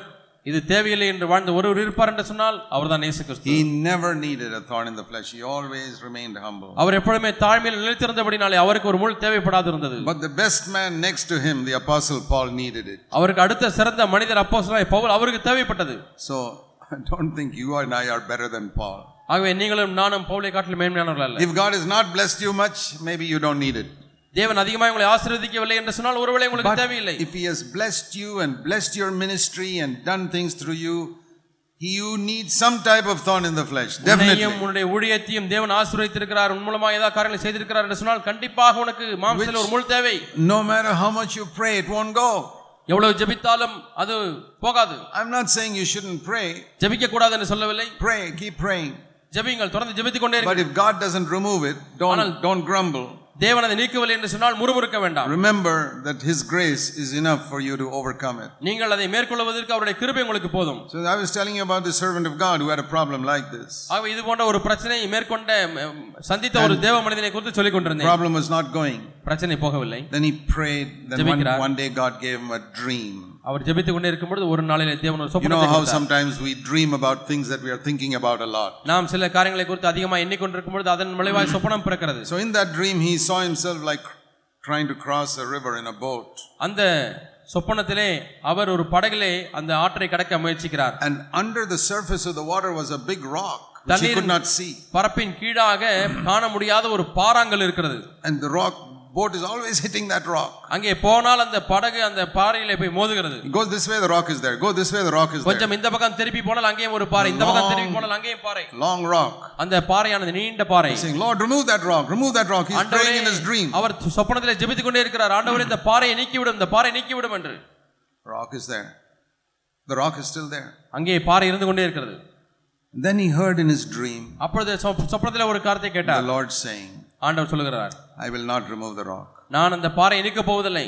இது தேவையில்லை என்று வாழ்ந்த ஒருவர் இருப்பார் என்று சொன்னால் அவர்தான் இயேசு கிறிஸ்து He never needed a thorn in the flesh. He always remained humble. அவர் எப்பொழுதுமே தாழ்மையில் நிலைத்திருந்தபடினாலே அவருக்கு ஒரு முள் தேவைப்படாது இருந்தது But the best man next to him, the Apostle Paul, needed it. அவருக்கு அடுத்த சிறந்த மனிதர் அப்போஸ்தலனாய் பவுல் அவருக்கு தேவைப்பட்டது So I don't think you and I are better than Paul. ஆகவே நீங்களும் நானும் பவுலை காட்டிலும் மேன்மையானவர்கள் அல்ல If God has not blessed you much, maybe you don't need it. தேவன் அதிகமாக உங்களை ஆசீர்வதிக்கவில்லை என்று சொன்னால் ஒருவேளை உங்களுக்கு தேவையில்லை If He has blessed you and blessed your ministry and done things through you, you need some type of thorn in the flesh. உன்னையும் Definitely. உன்னுடைய ஊழியத்தையும் தேவன் ஆசீர்வதித்திருக்கிறார் உன் மூலமாக ஏதாவது காரியங்களை செய்திருக்கிறார் என்று சொன்னால் கண்டிப்பாக உனக்கு மாம்சத்தில் ஒரு முள் தேவை No matter how much you pray, it won't go. எவ்வளவு ஜெபித்தாலும் அது போகாது I'm not saying you shouldn't pray. ஜெபிக்க கூடாது என்று சொல்லவில்லை Pray, keep praying. ஜெபிங்கள் தொடர்ந்து ஜெபித்துக் கொண்டே But இருங்கள் if God doesn't remove it, don't, Anal- don't grumble. தேவன் அதை நீக்கவில்லை என்று சொன்னால் முறுமுறுக்க வேண்டாம் Remember that His grace is enough for you to overcome it. நீங்கள் அதை மேற்கொள்வதற்கு அவருடைய கிருபை உங்களுக்கு போதும் So I was telling you about the servant of God who had a problem like this. ஆகவே இது போன்ற ஒரு பிரச்சனையை மேற்கொண்ட ம், சந்தித்த ஒரு தேவ மனிதனை குறித்து சொல்லிக் கொண்டிருந்தேன் Problem was not going. பிரச்சனை போகவில்லை Then he prayed. Then one, ஜெபிக்கிறார். one day God gave him a dream. அவர் ஜெபித்துக் கொண்டே இருக்கும்பொழுது ஒரு நாளிலே தேவன் You know ஒரு சொப்பனத்தை how கொடுத்தார். sometimes we dream about things that we are thinking about a lot. நாம் சில காரியங்களை குறித்து அதிகமாக எண்ணிக்கொண்டிருக்கும் பொழுது அதன் Mm. விளைவாய் சொப்பனம் பிறக்கிறது So in that dream, he saw himself like trying to cross a river in a boat. அந்த சொப்பனத்திலே அவர் ஒரு படகிலே அந்த ஆற்றை கடக்க முயற்சிக்கிறார் And under the surface of the water was a big rock which he தண்ணீர் could not see. பரப்பின் கீழாக காண முடியாத ஒரு பாறாங்கல் இருக்கிறது And the rock boat is always hitting that rock. அங்கே போனால் அந்த படகு அந்த பாறையிலே போய் மோதுகிறது Go this way, the rock is there. Go this way, the rock is there. கொஞ்சம் இந்த பக்கம் திருப்பி போனால் அங்கேயும் ஒரு பாறை இந்த பக்கம் திருப்பி போனால் அங்கேயும் பாறை Long rock. அந்த பாறையானது நீண்ட பாறை Saying, Lord, remove that rock, remove that rock. He's ஆண்டவரே praying in his dream. அவர் சொப்பனத்திலே ஜெபித்துக் கொண்டே இருக்கிறார் ஆண்டவரே இந்த பாறையை நீக்கிவிடும் இந்த பாறை நீக்கிவிடும் என்று Rock is there. The rock is still there. அங்கே பாறை இருந்து கொண்டே இருக்கிறது Then he heard in his dream அப்பொழுது சொப்- சொப்பனத்திலே ஒரு காரியத்தை the கேட்டார் Lord saying, ஆண்டவர் சொல்லுகிறார் I will not remove the rock, நான் அந்த பாறையை நீக்கப் போவதில்லை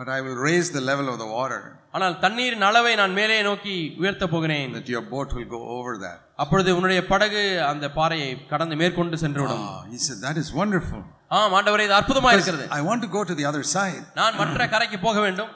but I will raise the level of the water ஆனால் தண்ணீரின் அளவை நான் மேலே நோக்கி உயர்த்தப் போகிறேன் that your boat will go over that. அப்பொழுது உன்னுடைய படகு அந்த பாறையை கடந்து மேற்கொண்டு சென்றுவிடும் Ah, he said, That is wonderful. ஆம் ஆண்டவரே இது அற்புதமா இருக்கிறது I want to go to the other side. நான் மற்ற கரைக்கு போக வேண்டும்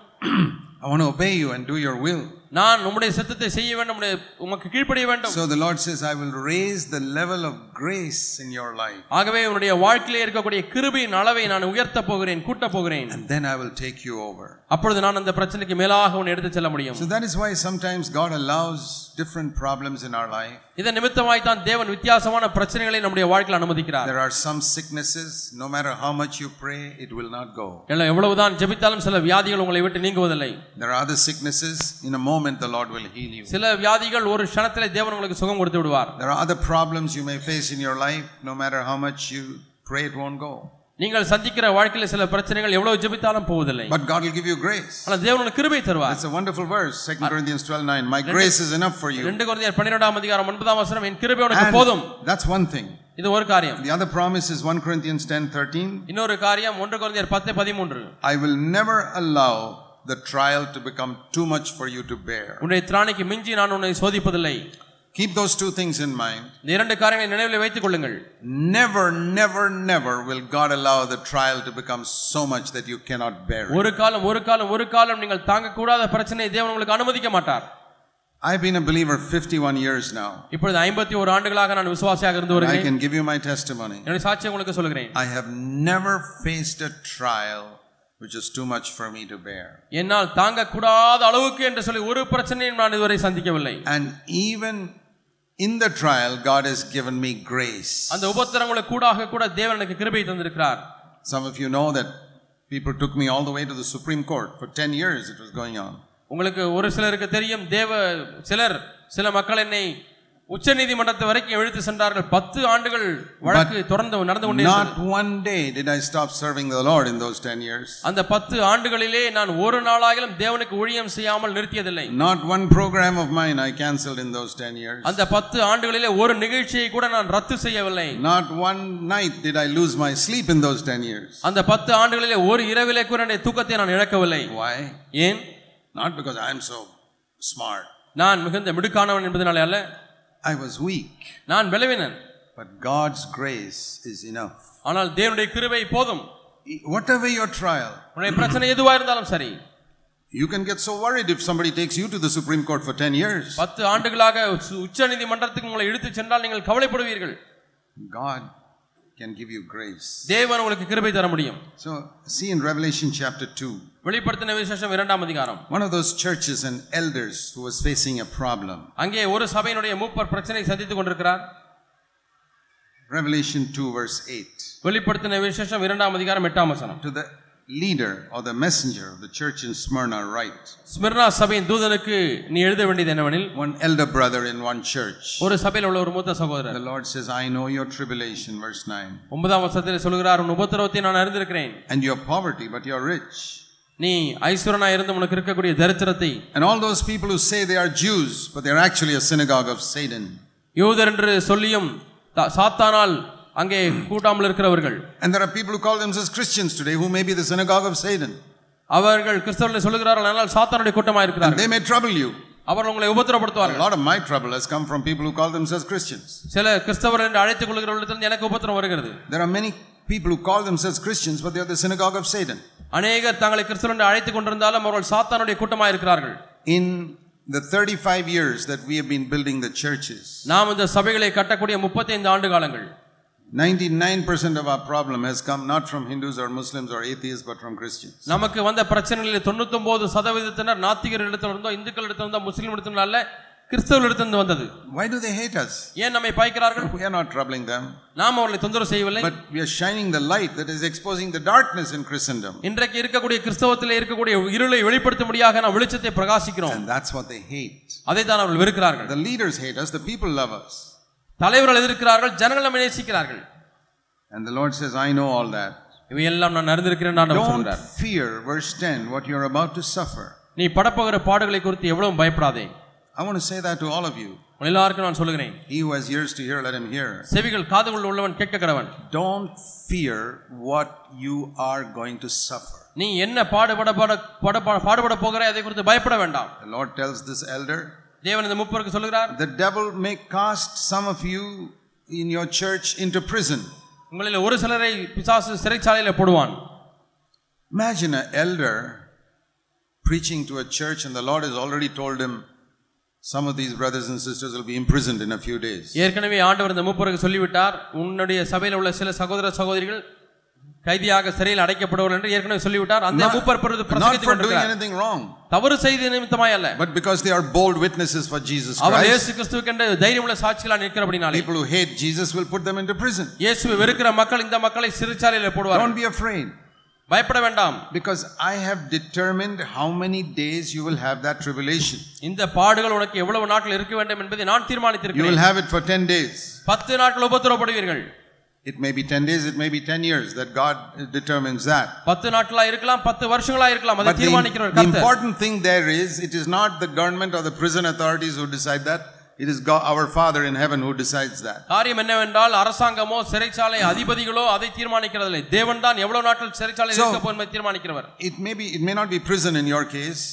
I want to obey you and do your will. நான் உம்முடைய சித்தத்தை செய்ய வேண்டும் உம்முடைய- உமக்கு கீழ்ப்படிய வேண்டும் So the Lord says, I will raise the level of grace in your life, ஆகவே உன்னுடைய வாழ்க்கையிலே இருக்கக்கூடிய கிருபையின் அளவை நான் உயர்த்தப் போகிறேன் கூட்டப் போகிறேன் and then I will take you over. அப்பொழுது நான் அந்த பிரச்சனைக்கு மேலாக உன்னை எடுத்துச் செல்ல முடியும் So that is why sometimes God allows different problems in our life. இதன் நிமித்தமாய் தான் தேவன் வித்தியாசமான பிரச்சனைகளை நம்முடைய வாழ்க்கையில் அனுமதிக்கிறார் There are some sicknesses, no matter how much you pray, it will not go. இல்லை, எவ்வளவுதான் ஜெபித்தாலும் சில வியாதிகள் உங்களை விட்டு நீங்குவதில்லை There are other sicknesses, in a moment the Lord will heal you. சில வியாதிகள் ஒரு க்ஷணத்திலே தேவன் உங்களுக்கு சுகம் கொடுத்து விடுவார் There are other problems you may face in your life, no matter how much you pray, it won't go. நீங்கள் சந்திக்கிற வாழ்க்கையில சில பிரச்சனைகள் எவ்வளவு ஜெபித்தாலும் போவதில்லை But God will give you grace. ஆனால் தேவன் உங்களுக்கு கிருபை தருவார் That's a wonderful verse, 2 Corinthians 12 9. My grace is enough for you. ரெண்டு குழந்தையர் பன்னிரெண்டாம் அதிகாரம் ஒன்பதாம் வசனம் என் கிருபை உனக்கு போதும் And that's one thing. இது ஒரு காரியம் The other promise is 1 Corinthians 10 13. இன்னொரு காரியம் ஒன்று குழந்தையர் பத்து பதிமூன்று I will never allow the trial to become too much for you to bear. உன்னுடைய திராணிக்கு மிஞ்சி நான் உன்னை சோதிப்பதில்லை Keep those two things in mind. இந்த இரண்டு காரியங்களை நினைவில் வைத்துக் கொள்ளுங்கள் Never, never, never will God allow the trial to become so much that you cannot bear it. ஒரு காலம் ஒரு காலம் ஒரு காலம் நீங்கள் தாங்கக்கூடாத பிரச்சனையை தேவன் உங்களுக்கு அனுமதிக்க மாட்டார் I've been a believer 51 years now. இப்பொழுது ஐம்பத்தி ஒரு ஆண்டுகளாக நான் விசுவாசியாக இருந்து I வருகிறேன் can give you my testimony. என்னுடைய சாட்சியை உங்களுக்கு சொல்கிறேன் I have never faced a trial which is too much for me to bear. என்னால் தாங்கக்கூடாத அளவுக்கு என்று சொல்லி ஒரு பிரச்சனையும் நான் இதுவரை சந்திக்கவில்லை And even in the trial, God has given me grace. அந்த உபத்திரங்களுக்கு கூடாக கூட தேவன் எனக்கு கிருபை தந்திருக்கிறார் Some of you know that people took me all the way to the Supreme Court. For 10 years it was going on. உங்களுக்கு ஒரு சிலருக்கு தெரியும் தேவ சிலர் சில மக்கள் என்னை உச்சநீதிமன்றத்து வரைக்கும் இழுத்து சென்றார்கள் பத்து ஆண்டுகள் வழக்கு தொடர்ந்து நடந்து கொண்டே இருந்தது. Not one day did I stop serving the Lord in those 10 years. அந்த பத்து ஆண்டுகளிலே நான் ஒரு நாளாகிலும் தேவனுக்கு ஊழியம் செய்யாமல் நிறுத்தியதில்லை Not one program of mine I cancelled in those 10 years. அந்த பத்து ஆண்டுகளிலே ஒரு நிகழ்ச்சியை கூட நான் ரத்து செய்யவில்லை Not one night did I lose my sleep in those 10 years. அந்த பத்து ஆண்டுகளிலே ஒரு இரவிலே கூட என்னுடைய தூக்கத்தை நான் இழக்கவில்லை Why? ஏன் Not because I'm so smart. நான் மிகுந்த மிடுக்கானவன் என்பதனாலே அல்ல I was weak. நான் விளைவினன் But God's grace is enough. ஆனால் தேவனுடைய கிருபை போதும் Whatever your trial, உன்னுடைய பிரச்சனை எதுவா இருந்தாலும் சரி You can get so worried if somebody takes you to the Supreme Court for 10 years. பத்து ஆண்டுகளாக சு- உச்ச நீதிமன்றத்துக்கு உங்களை இழுத்துச் சென்றால் நீங்கள் கவலைப்படுவீர்கள் God can give you grace. தேவன் உங்களுக்கு கிருபை தர முடியும் So, see in Revelation chapter 2, வெளிப்படுத்தின விசேஷம் இரண்டாம் அதிகாரம் one of those churches and elders who was facing a problem. அங்கே ஒரு சபையினுடைய மூப்பர் பிரச்சனை சந்தித்துக் கொண்டிருக்கிறார் Revelation 2, verse 8. வெளிப்படுத்தின விசேஷம் இரண்டாம் அதிகாரம் எட்டாம் வசனம் To the leader or the messenger of the church in Smyrna, write Smyrna சபையின் தூதனுக்கு நீ எழுத வேண்டியது என்னவெனில் One elder brother in one church. ஒரு சபையில் உள்ள ஒரு மூத்த The சகோதரர் Lord says, I know your tribulation, verse 9, ஒன்பதாம் வசனத்தில் சொல்கிறார் உன் உபத்திரவத்தை நான் அறிந்திருக்கிறேன் and your poverty, but you're rich. நீ ஐஸ்வரனா இருந்து உனக்கு இருக்கக்கூடிய தரித்திரத்தை And all those people who say they are Jews, but they're actually a synagogue of Satan. யூதர் என்று சொல்லியும் தா- சாத்தானால் அங்கே கூட்டாமல் இருக்கிறவர்கள் And there are people who call themselves Christians today who may be the synagogue of Satan. அவர்கள் கிறிஸ்தவர்களை சொல்லுகிறார்கள் ஆனால் சாத்தானுடைய கூட்டமாக இருக்கிறார்கள் They may trouble you. அவர்கள் உங்களை A உபத்திரப்படுத்துவார்கள் lot of my trouble has come from people who call themselves Christians. சில கிறிஸ்தவர்கள் என்று அழைத்துக் கொள்கிறவர்களிடத்தில் எனக்கு உபத்திரம் வருகிறது There are many people who call themselves Christians, but they are the synagogue of Satan. அநேகர் தங்களை கிறிஸ்தவர்கள் என்று அழைத்துக் கொண்டிருந்தாலும் அவர்கள் சாத்தானுடைய கூட்டமாக இருக்கிறார்கள் In the 35 years that we have been building the churches, நாம் இந்த சபைகளை கட்டக்கூடிய முப்பத்தைந்து ஆண்டு காலங்கள் 99% of our problem has come not from Hindus or Muslims or atheists, but from Christians. நமக்கு வந்த பிரச்சனைகளில் தொண்ணூத்தொன்பது சதவீதத்தினர் நாத்திகர் இடத்திலிருந்தோ இந்துக்கள் இடத்திலிருந்தோ முஸ்லீம் இடத்தினால கிறிஸ்தவர்கள் இடத்திலிருந்து வந்தது Why do they hate us? ஏன் நம்மை பாய்க்கிறார்கள் We are not troubling them. நாம் அவர்களை தொந்தரவு செய்யவில்லை But we are shining the light that is exposing the darkness in Christendom. இன்றைக்கு இருக்கக்கூடிய கிறிஸ்தவத்தில் இருக்கக்கூடிய இருளை வெளிப்படுத்த முடியாத நாம் வெளிச்சத்தை பிரகாசிக்கிறோம் And that's what they hate. அதை தான் அவர்கள் வெறுக்கிறார்கள் The leaders hate us, the people love us. தலைவர்கள் எதிர்க்கிறார்கள் ஜனங்கள் நம்மை நேசிக்கிறார்கள் And the Lord says, I know all that. இவையெல்லாம் நான் அறிந்திருக்கிறேன் நான் Don't சொல்கிறார் fear, verse 10, what you're about to suffer. நீ படப்போகிற பாடுகளை குறித்து எவ்வளவு பயப்படாதே I want to say that to all of you. உங்கள் எல்லாருக்கும் நான் சொல்கிறேன் He who has ears to hear, let him hear. செவிகள் காதுகள் உள்ளவன் கேட்க கடவன் Don't fear what you are going to suffer. நீ என்ன பாடுபட பட பட பட- பாடுபட போகிறாய் அதை குறித்து பயப்பட வேண்டாம் The Lord tells this elder, தேவன் இந்த முப்பருக்கு சொல்கிறார் the devil may cast some of you in your church into prison. உங்களில் ஒரு சிலரை பிசாசு சிறைச்சாலையில போடுவான் Imagine an elder preaching to a church, and the Lord has already told him, Some of these brothers and sisters will be imprisoned in a few days. ஏற்கனவே ஆண்டவர் இந்த மூப்பருக்கு சொல்லிவிட்டார் உன்னுடைய சபையில் உள்ள சில சகோதர சகோதரிகள் கைதியாக சிறையில் அடைக்கப்படுவார்கள் என்று ஏற்கனவே சொல்லிவிட்டார் அந்த மூப்பர் பிறகு Not பிரசங்கித்துக் for doing கொண்டிருக்கிறார். anything wrong, தவறு செய்த நிமித்தமாய் அல்ல but because they are bold witnesses for Jesus our Christ. இயேசு கிறிஸ்துவுக்கென்று தைரியமுள்ள சாட்சிகளாக நிற்கிறபடினாலே People who hate Jesus will put them into prison. இயேசுவை வெறுக்கிற மக்கள் இந்த மக்களை சிறைச்சாலையில போடுவார் Don't be afraid, பயப்பட வேண்டாம் because I have determined how many days you will have that tribulation. இந்த பாடுகள் உனக்கு எவ்வளவு நாட்கள் இருக்க வேண்டும் என்பதை நான் You will தீர்மானித்திருக்கிறேன் have it for 10 days. பத்து நாட்கள் உபத்திரப்படுவீர்கள் It may be 10 days, it may be 10 years, that God determines that. பத்து நாட்களா இருக்கலாம் பத்து வருஷங்களா இருக்கலாம் அதை But the, தீர்மானிக்கிறவர் the கர்த்தர் important thing there is, it is not the government or the prison authorities who decide that. It is God, our Father in heaven who decides that. காரியம் என்னவென்றால் அரசாங்கமோ சிறைச்சாலை அதிபதிகளோ அதை தீர்மானிக்கிறதில்லை தேவன் தான் எவ்வளவு நாட்கள் சிறைச்சாலை So- இருக்க போகும் என்பதை தீர்மானிக்கிறவர் It may be, it may not be prison in your case.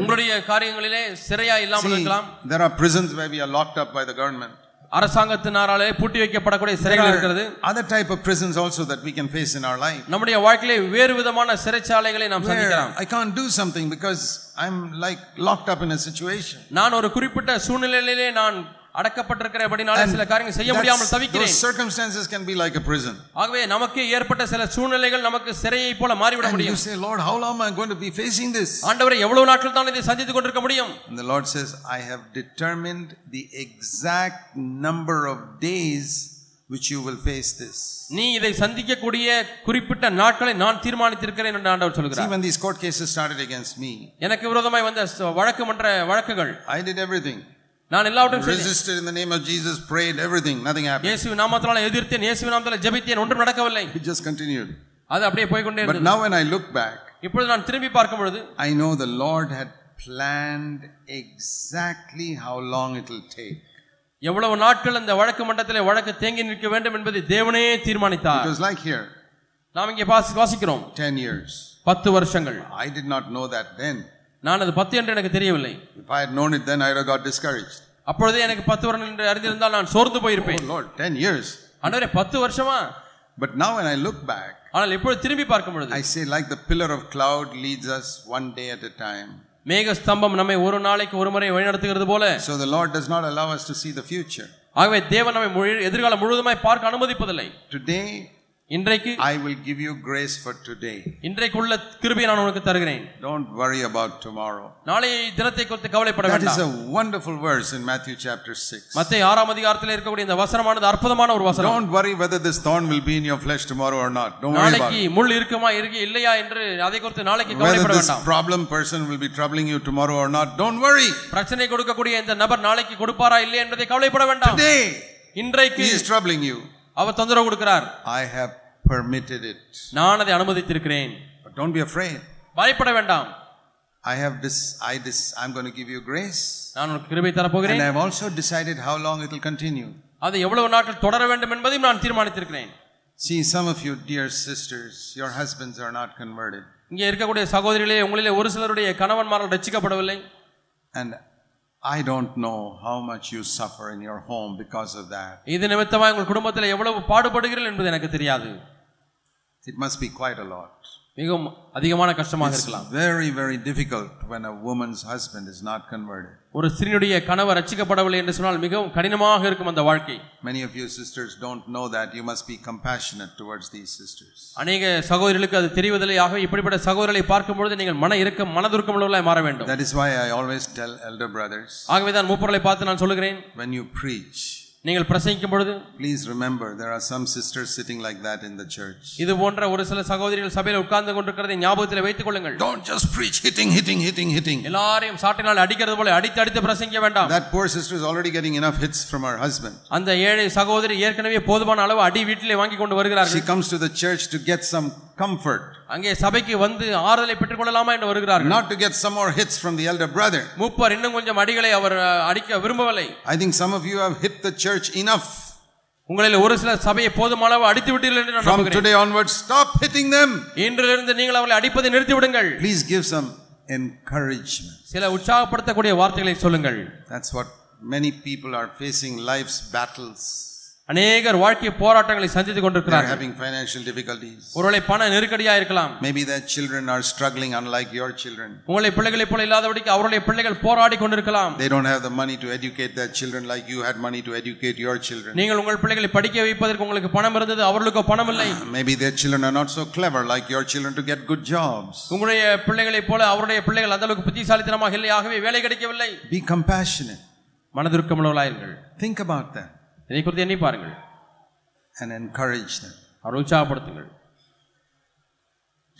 உங்களுடைய காரியங்களிலே சிறையா இல்லாமல் See, இருக்கலாம் there are prisons where we are locked up by the government. அரசாங்கத்தினாராலே பூட்டி வைக்கப்படக்கூடிய There சிறைகள் இருக்கிறது are other type of prisons also that we can face in our life. நம்முடைய வாழ்க்கையிலே வேறு விதமான சிறைச்சாலைகளை நாம் Where சந்திக்கலாம் I can't do something because I'm like locked up in a situation. நான் ஒரு குறிப்பிட்ட சூழ்நிலையிலே நான் அடக்கப்பட்டிருக்கிறபடினால சில காரியங்கள் செய்ய முடியாமல் That's- தவிக்கிறேன் those circumstances can be like a prison. ஆகவே நமக்கு ஏற்பட்ட சில சூழ்நிலைகள் நமக்கு சிறையை போல மாறிவிட And you முடியும் say, Lord, how long am I going to be facing this? ஆண்டவரை எவ்வளவு நாட்கள் தான் இதை சந்தித்துக் கொண்டிருக்க முடியும் And the Lord says, I have determined the exact number of days which you will face this. நீ இதை சந்திக்கக்கூடிய குறிப்பிட்ட நாட்களை நான் தீர்மானித்திருக்கிறேன் என்று ஆண்டவர் See, சொல்கிறார் when these court cases started against me, எனக்கு விரோதமாய் வந்த ச- வழக்கு மன்ற வழக்குகள் I did everything. நான் எல்லாவற்றையும் செய்தேன். Resisted in the name of Jesus, prayed, everything, nothing happened. இயேசு நாமத்தினால எதிர்த்தேன் இயேசு நாமத்தினால ஜெபித்தேன் ஒன்றும் நடக்கவில்லை It just continued. அது அப்படியே போய்க்கொண்டே But இருந்தது now when I look back, இப்பொழுது நான் திரும்பி பார்க்கும் பொழுது I know the Lord had planned exactly how long it'll take. எவ்வளவு நாட்கள் அந்த வழக்கு மன்றத்திலே வழக்கு தேங்கி நிற்க வேண்டும் என்பதை தேவனே It தீர்மானித்தார் was like here, நாம் இங்கே வாசி- வாசிக்கிறோம் 10 years. பத்து வருஷங்கள் I did not know that then. நான் அது பத்து என்று எனக்கு தெரியவில்லை If I had known it then, I would have got discouraged. அப்பொழுதே எனக்கு பத்து வருடம் என்று அறிந்திருந்தால் நான் சோர்ந்து Oh போயிருப்பேன் Lord, 10 years. ஆண்டவரே பத்து வருஷமா But now when I look back, ஆனால் இப்பொழுது திரும்பி பார்க்கும் பொழுது I say, like the pillar of cloud leads us one day at a time. மேக ஸ்தம்பம் நம்மை ஒரு நாளைக்கு ஒரு முறை வழிநடத்துகிறது போல So the Lord does not allow us to see the future. ஆகவே தேவன் நம்மை முழு- எதிர்காலம் முழுவதுமாய் பார்க்க அனுமதிப்பதில்லை Today, இன்றைக்கு I will give you grace for today. இன்றைக்குள்ள கிருபையை நான் உனக்கு தருகிறேன் Don't worry about tomorrow. நாளைய தினத்தை குறித்து கவலைப்பட That is வேண்டாம் a wonderful verse in Matthew chapter 6. மத்திய ஆறாம் அதிகாரத்தில் இருக்கக்கூடிய இந்த வசனமானது அற்புதமான ஒரு வசனம் Don't worry whether this thorn will be in your flesh tomorrow or not. Don't worry about நாளைக்கு it. முள் இருக்குமா இருக்கு இல்லையா என்று அதை குறித்து நாளைக்கு Whether கவலைப்பட this வேண்டாம் problem person will be troubling you tomorrow or not. Don't worry. பிரச்சனை கொடுக்கக்கூடிய இந்த நபர் நாளைக்கு கொடுப்பாரா இல்லையா என்பதை கவலைப்பட வேண்டாம் Today, he இன்றைக்கு is troubling you. அவர் தொந்தரவு கொடுக்கிறார் I have permitted it. நான் அதை அனுமதித்திருக்கிறேன் But don't be afraid. பயப்பட வேண்டாம் I have this, I this, I'm going to give you grace. நான் உனக்கு கிருபை And தரப்போகிறேன் I've also decided how long it will continue. அது எவ்வளவு நாட்கள் தொடர வேண்டும் என்பதையும் நான் தீர்மானித்திருக்கிறேன் See, some of you, dear sisters, your husbands are not converted. இங்கே இருக்கக்கூடிய சகோதரிகளே உங்களிலே ஒரு சிலருடைய கணவன்மாரால் ரட்சிக்கப்படவில்லை And I don't know how much you suffer in your home because of that. இது நிமித்தமாக உங்கள் குடும்பத்தில் எவ்வளவு பாடுபடுகிறீர்கள் என்பது எனக்கு தெரியாது It must be quite a lot. மிகவும் அதிகமான கஷ்டமாக இருக்கலாம் Very, very difficult when a woman's husband is not converted. ஒரு ஸ்திரீனுடைய கணவர் ரட்சிக்கப்படவில்லை என்று சொன்னால் மிகவும் கடினமாக இருக்கும் அந்த வாழ்க்கை Many of you sisters don't know that. You must be compassionate towards these sisters. அநேக சகோதரிகளுக்கு அது தெரிவதில்லை ஆகவே இப்படிப்பட்ட சகோதரர்களை பார்க்கும்பொழுது நீங்கள் மன இறுக்கம் மனதுருக்கம் உள்ளவர்களாய் மாற வேண்டும் That is why I always tell elder brothers ஆகவே தான் மூப்பர்களை பார்த்து நான் சொல்லுகிறேன் when you preach, நீங்கள் பிரசங்கிக்கும் பொழுது please remember there are some sisters sitting like that in the church. இது போன்ற ஒரு சில சகோதரிகள் சபையில் உட்கார்ந்து கொண்டிருக்கிறதை ஞாபகத்தில் வைத்துக் கொள்ளுங்கள் Don't just preach hitting, hitting, hitting, hitting. எல்லாரையும் சாட்டினால் அடிக்கிறது போல அடித்து அடித்து பிரசங்கிக்க வேண்டாம் That poor sister is already getting enough hits from her husband. அந்த ஏழை சகோதரி ஏற்கனவே போதுமான அளவு அடி வீட்டிலே வாங்கி கொண்டு She வருகிறார்கள் comes to the church to get some comfort, அங்கே சபைக்கு வந்து ஆறுதலை பெற்றுக் கொள்ளலாமா என்று வருகிறார்கள் not to get some more hits from the elder brother. மூப்பர் இன்னும் கொஞ்சம் அடிகளை அவர் அஹ், அடிக்க விரும்பவில்லை I think some of you have hit the church enough. உங்களில் ஒரு சில சபையை போதுமான அளவு அடித்து விட்டீர்கள் என்று நான் From நம்புகிறேன் today onwards, stop hitting them. இன்றிலிருந்து நீங்கள் அவளை அடிப்பதை நிறுத்தி விடுங்கள் Please give some encouragement. சில உற்சாகப்படுத்தக்கூடிய வார்த்தைகளை சொல்லுங்கள் That's what many people are facing life's battles. அநேகர் வாழ்க்கை போராட்டங்களை சந்தித்துக் They are கொண்டிருக்கிறார்கள் having financial difficulties. ஒருவேளை பண நெருக்கடியா இருக்கலாம் Maybe their children are struggling unlike your children. உங்களை பிள்ளைகளைப் போல இல்லாதபடிக்கு அவருடைய பிள்ளைகள் போராடி கொண்டிருக்கலாம் They don't have the money to educate their children like you had money to educate your children. நீங்கள் உங்கள் பிள்ளைகளை படிக்க வைப்பதற்கு உங்களுக்கு பணம் இருந்தது அவர்களுக்கு பணம் இல்லை Maybe their children are not so clever like your children to get good jobs. உங்களுடைய பிள்ளைகளைப் போல அவருடைய பிள்ளைகள் அந்த அளவுக்கு புத்திசாலித்தனமாக இல்லை ஆகவே வேலை கிடைக்கவில்லை Be compassionate. மனதிருக்கமுள்ளவர்களாயிருங்கள் Think about them இதை குறித்து எண்ணி பாருங்கள் and encourage them. அவரை உற்சாகப்படுத்துங்கள்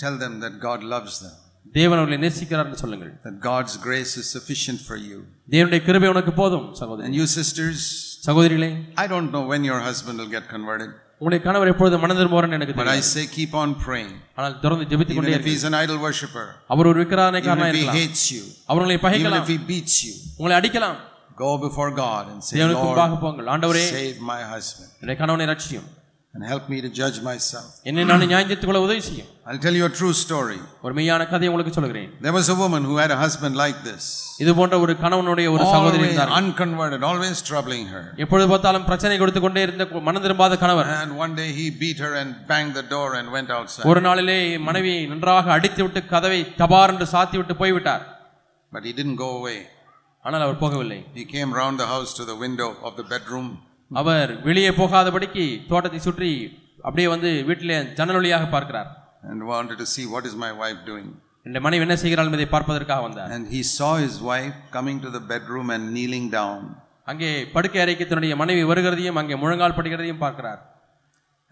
Tell them that God loves them, தேவன் அவர்களை நேசிக்கிறார் என்று சொல்லுங்கள் that God's grace is sufficient for you. தேவனுடைய கிருபை உனக்கு போதும் சகோதரி And you, sisters, சகோதரிகளே I don't know when your husband will get converted, உங்களுடைய கணவர் எப்பொழுது மனதிரும்புவார் எனக்கு but I தெரியும் say keep on praying. ஆனால் தொடர்ந்து ஜெபித்துக் Even கொண்டே if இருங்கள். he's an idol worshiper, அவர் ஒரு விக்கிரான even if he இருக்கலாம் hates you, அவர் உங்களை even பகைக்கலாம் if he beats you, உங்களை அடிக்கலாம் go before God and say, தேவனுக்கு முன்பாக Lord, போங்கள் ஆண்டவரே save my husband என்னுடைய கணவனை ரட்சியும் and help me to judge myself. என்னை நான் நியாயந்தித்துக் கொள்ள உதவி செய்யும் I'll tell you a true story. ஒரு மெய்யான கதையை உங்களுக்கு சொல்கிறேன் There was a woman who had a husband like this, இது போன்ற ஒரு கணவனுடைய ஒரு சகோதரி always இருந்தார் unconverted, always troubling her. எப்பொழுது பார்த்தாலும் பிரச்சனை கொடுத்து கொண்டே இருந்த கு- மனம் திரும்பாத கணவர் And one day he beat her and banged the door and went outside. ஒரு நாளிலே மனைவியை நன்றாக அடித்து விட்டு கதவை தபார் என்று சாத்தி விட்டு போய்விட்டார் But he didn't go away. ஆனால் அவர் போகவில்லை He came round the house to the window of the bedroom. அவர் வெளியே போகாதபடிக்கு தோட்டத்தை சுற்றி அப்படியே வந்து வீட்டிலே ஜன்னல் வழியாக பார்க்கிறார் and wanted to see what is my wife doing என்னுடைய மனைவி என்ன செய்கிறாள் என்பதை பார்ப்பதற்காக வந்தார் and he saw his wife coming to the bedroom and kneeling down அங்கே படுக்கை அறைக்கு தன்னுடைய மனைவி வருகிறதையும் அங்கே முழங்கால் படுகிறதையும் பார்க்கிறார்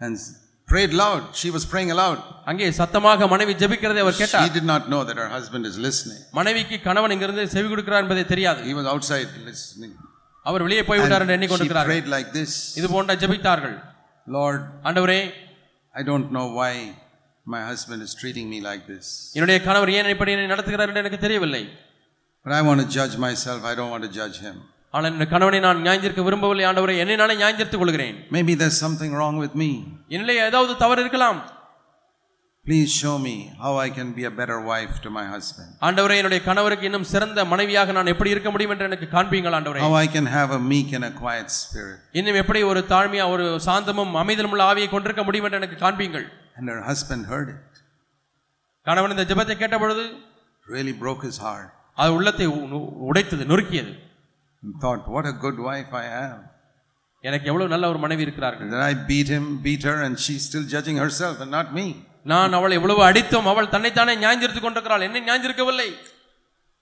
and s- prayed loud she was praying aloud அங்கே சத்தமாக மனைவி ஜெபிக்கிறதை அவர் she கேட்டார் did not know that her husband is listening மனைவிக்கு கணவன் இங்கிருந்து செவி கொடுக்கிறார் என்பதை தெரியாது he was outside listening அவர் வெளியே போய்விட்டார் என்று she எண்ணிக்கொண்டிருக்கிறார் prayed like this இது போன்ற ஜெபித்தார்கள் lord ஆண்டவரே i don't know why my husband is treating me like this என்னுடைய கணவர் ஏன் இப்படி என்னை நடத்துகிறார் என்று எனக்கு தெரியவில்லை but i want to judge myself i don't want to judge him ஆனால் என்னுடைய கணவனை நான் நியாயந்திருக்க விரும்பவில்லை ஆண்டவரே என்னை நானே நியாயந்திருத்துக் கொள்கிறேன் maybe there's something wrong with me என்னிலே ஏதாவது தவறு இருக்கலாம் Please show me how I can be a better wife to my husband, ஆண்டவரே என்னுடைய கணவருக்கு இன்னும் சிறந்த மனைவியாக நான் எப்படி இருக்க முடியும் என்று எனக்கு காண்பீங்கள் ஆண்டவரே how I can have a meek and a quiet spirit. இன்னும் எப்படி ஒரு தாழ்மையா ஒரு சாந்தமும் அமைதலும் உள்ள ஆவியை கொண்டிருக்க முடியும் என்று எனக்கு காண்பீங்கள் And her husband heard it, கணவன் இந்த ஜெபத்தை கேட்டபொழுது really broke his heart, அது உள்ளத்தை உ- உ- உடைத்தது நொறுக்கியது and thought, What a good wife I am. எனக்கு எவ்வளவு நல்ல ஒரு மனைவி இருக்கிறார்கள் And then I beat him, beat her, and she's still judging herself and not me. நான் அவளை எவ்வளவு அடித்தோம் அவள் தன்னைத்தானே நியாயந்திருத்துக் கொண்டிருக்கிறாள் என்னை நியாயந்திருக்கவில்லை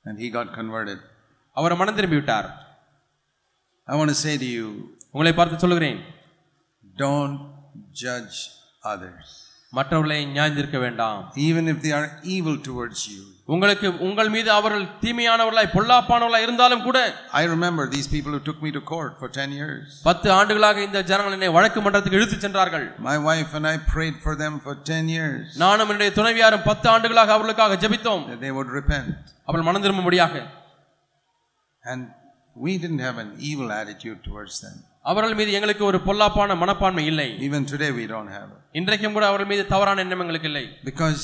And he got converted. அவர் மனம் திரும்பி விட்டார் I want to say to you, உங்களை பார்த்து சொல்கிறேன் don't judge others, மற்றவர்களை நியாயந்திருக்க வேண்டாம் even if they are evil towards you. உங்களுக்கு உங்கள் மீது அவர்கள் தீமையானவர்களாய் பொல்லாப்பானவர்களாய் இருந்தாலும் கூட I remember these people who took me to court for 10 years. பத்து ஆண்டுகளாக இந்த ஜனங்கள் என்னை வழக்கு மன்றத்துக்கு இழுத்துச் சென்றார்கள் My wife and I prayed for them for 10 years நானும் என்னுடைய துணைவியாரும் பத்து ஆண்டுகளாக அவர்களுக்காக ஜெபித்தோம் that they would repent. அவள் மனம் திரும்பும்படியாக And we didn't have an evil attitude towards them. அவர்கள் மீது எங்களுக்கு ஒரு பொல்லாப்பான மனப்பான்மை இல்லை Even today, we don't have it. இன்றைக்கும் கூட அவர்கள் மீது தவறான எண்ணம் எங்களுக்கு இல்லை Because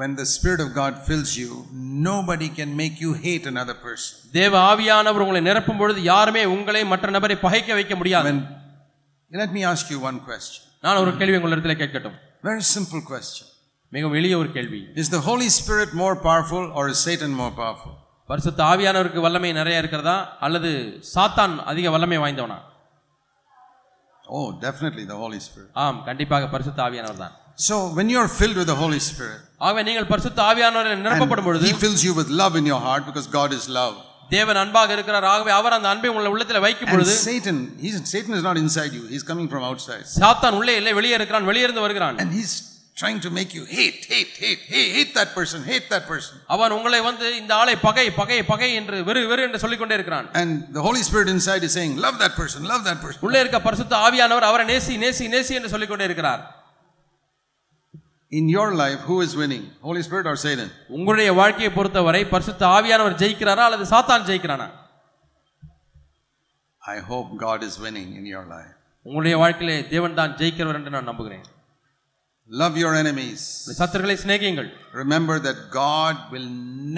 when the Spirit of God fills you, nobody can make you hate another person. தேவ ஆவியானவர் உங்களை நிரப்பும் பொழுது யாருமே உங்களை மற்ற நபரை பகைக்க வைக்க முடியாது When, let me ask you one question. நான் ஒரு கேள்வி உங்களிடத்தில் கேட்கட்டும் Very simple question. மிகவும் எளிய ஒரு கேள்வி Is the Holy Spirit more powerful or is Satan more powerful? பரிசுத்த ஆவியானவருக்கு வல்லமை நிறைய இருக்கிறதா அல்லது சாத்தான் அதிக வல்லமை வாய்ந்தவனா Oh, definitely the Holy Spirit. ஆம் கண்டிப்பாக பரிசுத்த ஆவியானவர் தான் So, when you're filled with the Holy Spirit, ஆகவே நீங்கள் பரிசுத்த ஆவியானவரில் நிரப்பப்படும் and பொழுது He fills you with love in your heart because God is love. தேவன் அன்பாக இருக்கிறார் ஆகவே அவர் அந்த அன்பை உங்களை உள்ளத்தில் வைக்கும் And பொழுது Satan, he's, Satan is not inside you, he's coming from outside. சாத்தான் உள்ளே இல்லை வெளியே இருக்கிறான் வெளியே இருந்து வருகிறான் And he's trying to make you hate, hate, hate, hate, hate that person, hate that person. அவன் உங்களை வந்து இந்த ஆளை பகை பகை பகை என்று வெறு வெறு என்று சொல்லிக்கொண்டே இருக்கிறான் And the Holy Spirit inside is saying, love that person, love that person. உள்ளே இருக்க பரிசுத்த ஆவியானவர் அவரை நேசி நேசி நேசி என்று சொல்லிக்கொண்டே இருக்கிறார் In your life, who is winning, Holy Spirit or Satan? உங்களுடைய வாழ்க்கையை பொறுத்தவரை பரிசுத்த ஆவியானவர் ஜெயிக்கிறாரா அல்லது சாத்தான் ஜெயிக்கிறானா I hope God is winning in your life. உங்களுடைய வாழ்க்கையிலே தேவன் தான் ஜெயிக்கிறவர் என்று நான் நம்புகிறேன் Love your enemies. சத்துருக்களை சிநேகியுங்கள் Remember that God will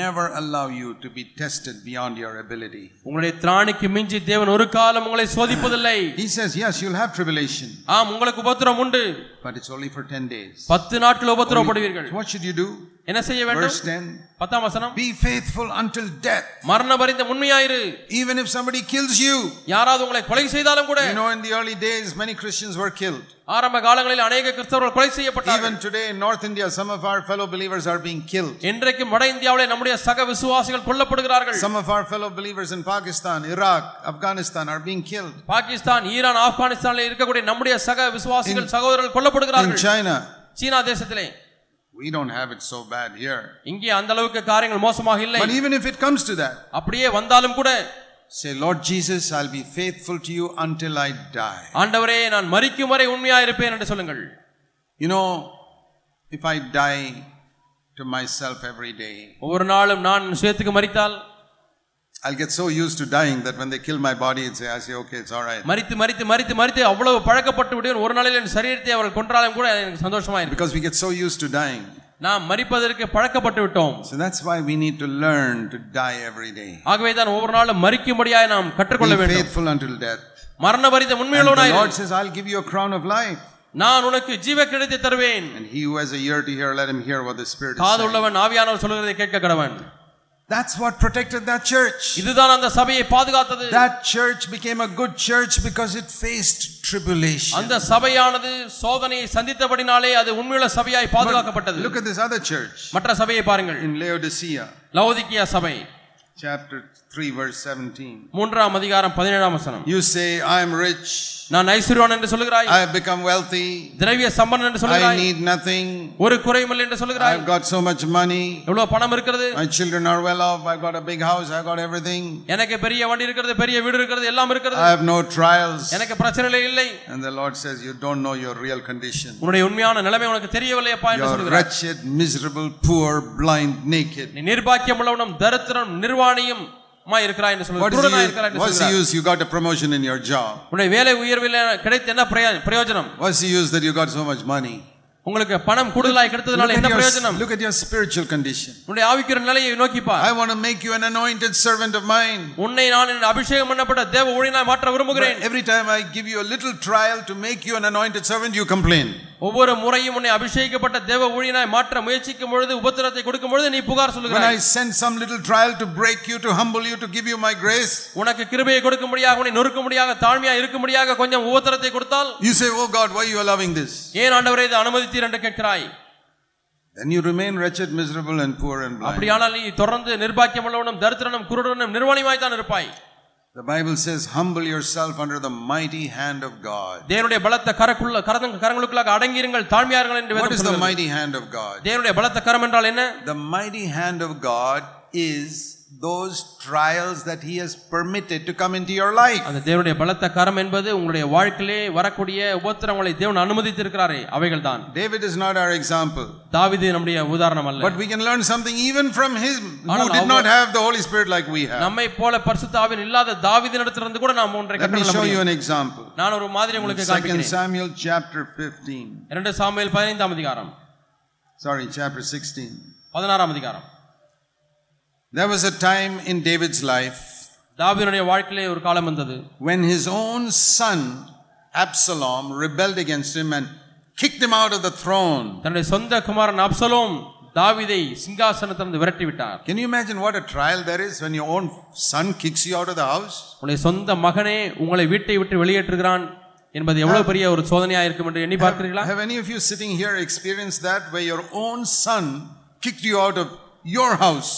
never allow you to be tested beyond your ability. உங்களுடைய திராணிக்கு மிஞ்சி தேவன் ஒரு காலம் உங்களை சோதிப்பதில்லை He says, Yes, you'll have tribulation, ஆம் உங்களுக்கு உபத்திரம் உண்டு but it's only for 10 days. பத்து நாட்கள் உபத்திரப்படுவீர்கள் So what should you do? என்ன செய்ய வேண்டும் Verse 10 பத்தாம் வசனம் Be faithful until death, மரண பரிந்த உண்மையாயிரு even if somebody kills you. யாராவது உங்களை கொலை செய்தாலும் கூட You know, in the early days, many Christians were killed. ஆரம்ப காலங்களில் அநேக கிறிஸ்தவர்கள் கொலை Even செய்யப்பட்டார்கள் today in North India, some of our fellow believers are being killed. இன்றைக்கும் வட இந்தியாவிலே நம்முடைய சக விசுவாசிகள் கொல்லப்படுகிறார்கள் Some of our fellow believers in Pakistan, Iraq, Afghanistan are being killed. Pakistan Iran ஆப்கானிஸ்தானில் இருக்கக்கூடிய நம்முடைய சக விசுவாசிகள் சகோதரர்கள் In கொல்லப்படுகிறார்கள் China, சீனா தேசத்திலே we don't have it so bad here. இங்கே அந்த அளவுக்கு காரியங்கள் மோசமாக இல்லை But even if it comes to that, அப்படியே வந்தாலும் கூட Say, Lord Jesus, I'll be faithful to you until I die. ஆண்டவரே நான் மரிக்கும் வரை உண்மையா இருப்பேன் என்று சொல்லுங்கள் You know, if I die to myself every day, ஒவ்வொரு நாளும் நான் சுயத்துக்கு மறித்தால் I'll get so used to dying that when they kill my body, it's, I say, okay, it's all right. மறித்து மறித்து மறித்து மறித்து அவ்வளவு பழக்கப்பட்டு விடுவேன் ஒரு நாளில் என் சரீரத்தை அவர்கள் கொன்றாலும் கூட அது எனக்கு சந்தோஷமா இருக்கு Because we get so used to dying. நாம் மறிப்பதற்கு பழக்கப்பட்டு விட்டோம் So that's why we need to learn to die every day. ஆகவே தான் ஒவ்வொரு நாளும் மறிக்கும்படியாக நாம் கற்றுக்கொள்ள Be வேண்டும் faithful until death. மரண பரித And the உண்மையுள்ளவனாய் Lord இரு. says, I'll give you a crown of life. நான் உனக்கு ஜீவ கிரயத்தை தருவேன் And he who has a ear to hear, let him hear what the Spirit is காது saying. உள்ளவன் ஆவியானவர் சொல்கிறதை கேட்க கடவன் That's what protected that church. இதுதான் அந்த சபையை பாதுகாத்தது That church became a good church because it faced tribulation. அந்த சபையானது சோதனையை சந்தித்தபடினாலே அது உண்மையுள்ள சபையாய் பாதுகாக்கப்பட்டது Look at this other church மற்ற சபையை பாருங்கள் in Laodicea, லவோதிக்கியா சபை chapter 3, verse 17. மூன்றாம் அதிகாரம் பதினேழாம் வசனம் You say, I'm rich, நான் ஐஸ்வர்யவான் என்று சொல்கிறாய் I have become wealthy, திரவிய சம்பன் என்று I சொல்கிறாய் need nothing, ஒரு குறையுமில்லை என்று சொல்கிறாய் I've got so much money, எவ்வளவு பணம் இருக்கிறது my children are well off, I've got a big house, I've got everything, எனக்கு பெரிய வண்டி இருக்கிறது பெரிய வீடு இருக்கிறது எல்லாம் இருக்கிறது I have no trials. எனக்கு பிரச்சனை இல்லை And the Lord says, You don't know your real condition. உன்னுடைய உண்மையான நிலைமை உனக்கு தெரியவில்லையப்பா என்று You're சொல்கிறார் wretched, miserable, poor, blind, naked. நீ நிர்பாக்கியம் உள்ளவனும் தரித்திரம் நிர்வாணியும் இருக்கிறாய் என்று What சொல்கிறார் is குருடனாய் the இருக்கிறாய் use? என்று What's the சொல்கிறார் use? You got a promotion in your job. உன்னுடைய வேலை உயர்வில் கிடைத்த என்ன பிரயோ- பிரயோஜனம் What's the use that you got so much money? உங்களுக்கு பணம் கூடுதலாய் கிடைத்ததுனால Look என்ன at your, பிரயோஜனம் look at your spiritual condition. உன்னுடைய ஆவிக்கிற நிலையை நோக்கிப்பா I want to make you an anointed servant of mine. உன்னை நான் என் அபிஷேகம் பண்ணப்பட்ட தேவ ஊழியனாய் மாற்ற விரும்புகிறேன் Every time I give you a little trial to make you an anointed servant, you complain. ஒவ்வொரு முறையும் உன்னை அபிஷேகப்பட்ட தேவ ஊழியனாய் மாற்ற முயற்சிக்கும் பொழுது உபத்திரத்தை கொடுக்கும் பொழுது நீ புகார் When I சொல்லுகிறாய் send some little trial to break you, to humble you, to give you my grace, உனக்கு கிருபையை கொடுக்க முடியாத உன்னை நொறுக்க முடியாத தாழ்மையா இருக்க முடியாத கொஞ்சம் உபத்திரத்தை கொடுத்தால் you say, Oh God, why are you allowing this? ஏன் ஆண்டவரே இதை அனுமதித்தீர் என்று கேட்கிறாய் Then you remain wretched, miserable, and poor and blind. அப்படியானால் நீ தொடர்ந்து நிர்பாக்கியமுள்ளவனும் தரித்திரனும் குருடனும் நிர்வாணியமாய் தான் இருப்பாய் The Bible says, Humble yourself under the mighty hand of God. தேவனுடைய பலத்த கரக்குள்ள கரதங்க கரங்களுக்குள்ளாக அடங்கியிருங்கள் தாழ்மையார்கள் என்று What வேதம் is the சொல்கிறது. mighty hand of God? தேவனுடைய பலத்த கரம் என்றால் என்ன The mighty hand of God is those trials that He has permitted to come into your life. அந்த தேவனுடைய பலத்த கரம் என்பது உங்களுடைய வாழ்க்கையிலே வரக்கூடிய உபத்திரங்களை தேவன் அனுமதித்திருக்கிறாரே அவைகள் தான் David is not our example. தாவிது நம்முடைய உதாரணம் அல்ல But we can learn something even from him who ஆனால் did not அவங்க- have the Holy Spirit like we have. நம்மை போல பரிசுத்தாவின் இல்லாத தாவிதினிடத்திலிருந்து கூட நாம் ஒன்றை Let me கற்றுக்கொள்ள show you முடியும் an example. நான் ஒரு மாதிரி உங்களுக்கு 2 காண்பிக்கிறேன் Samuel chapter 15. இரண்டு சாமுவேல் பதினைந்தாம் அதிகாரம் Sorry, chapter 16. பதினாறாம் அதிகாரம் There was a time in David's life தாவிதனுடைய வாழ்க்கையிலே ஒரு காலம் வந்தது when his own son Absalom rebelled against him and kicked him out of the throne. தன்னுடைய சொந்த குமாரன் அப்சலோம் தாவிதை சிங்காசனத்திலிருந்து விரட்டி விட்டார் Can you imagine what a trial there is when your own son kicks you out of the house? உன்னுடைய சொந்த மகனே உங்களை வீட்டை விட்டு வெளியேற்றுகிறான் என்பது எவ்வளவு பெரிய ஒரு சோதனையா இருக்கும் என்று எண்ணி பார்க்கிறீர்களா Have any of you sitting here experienced that where your own son kicked you out of your house?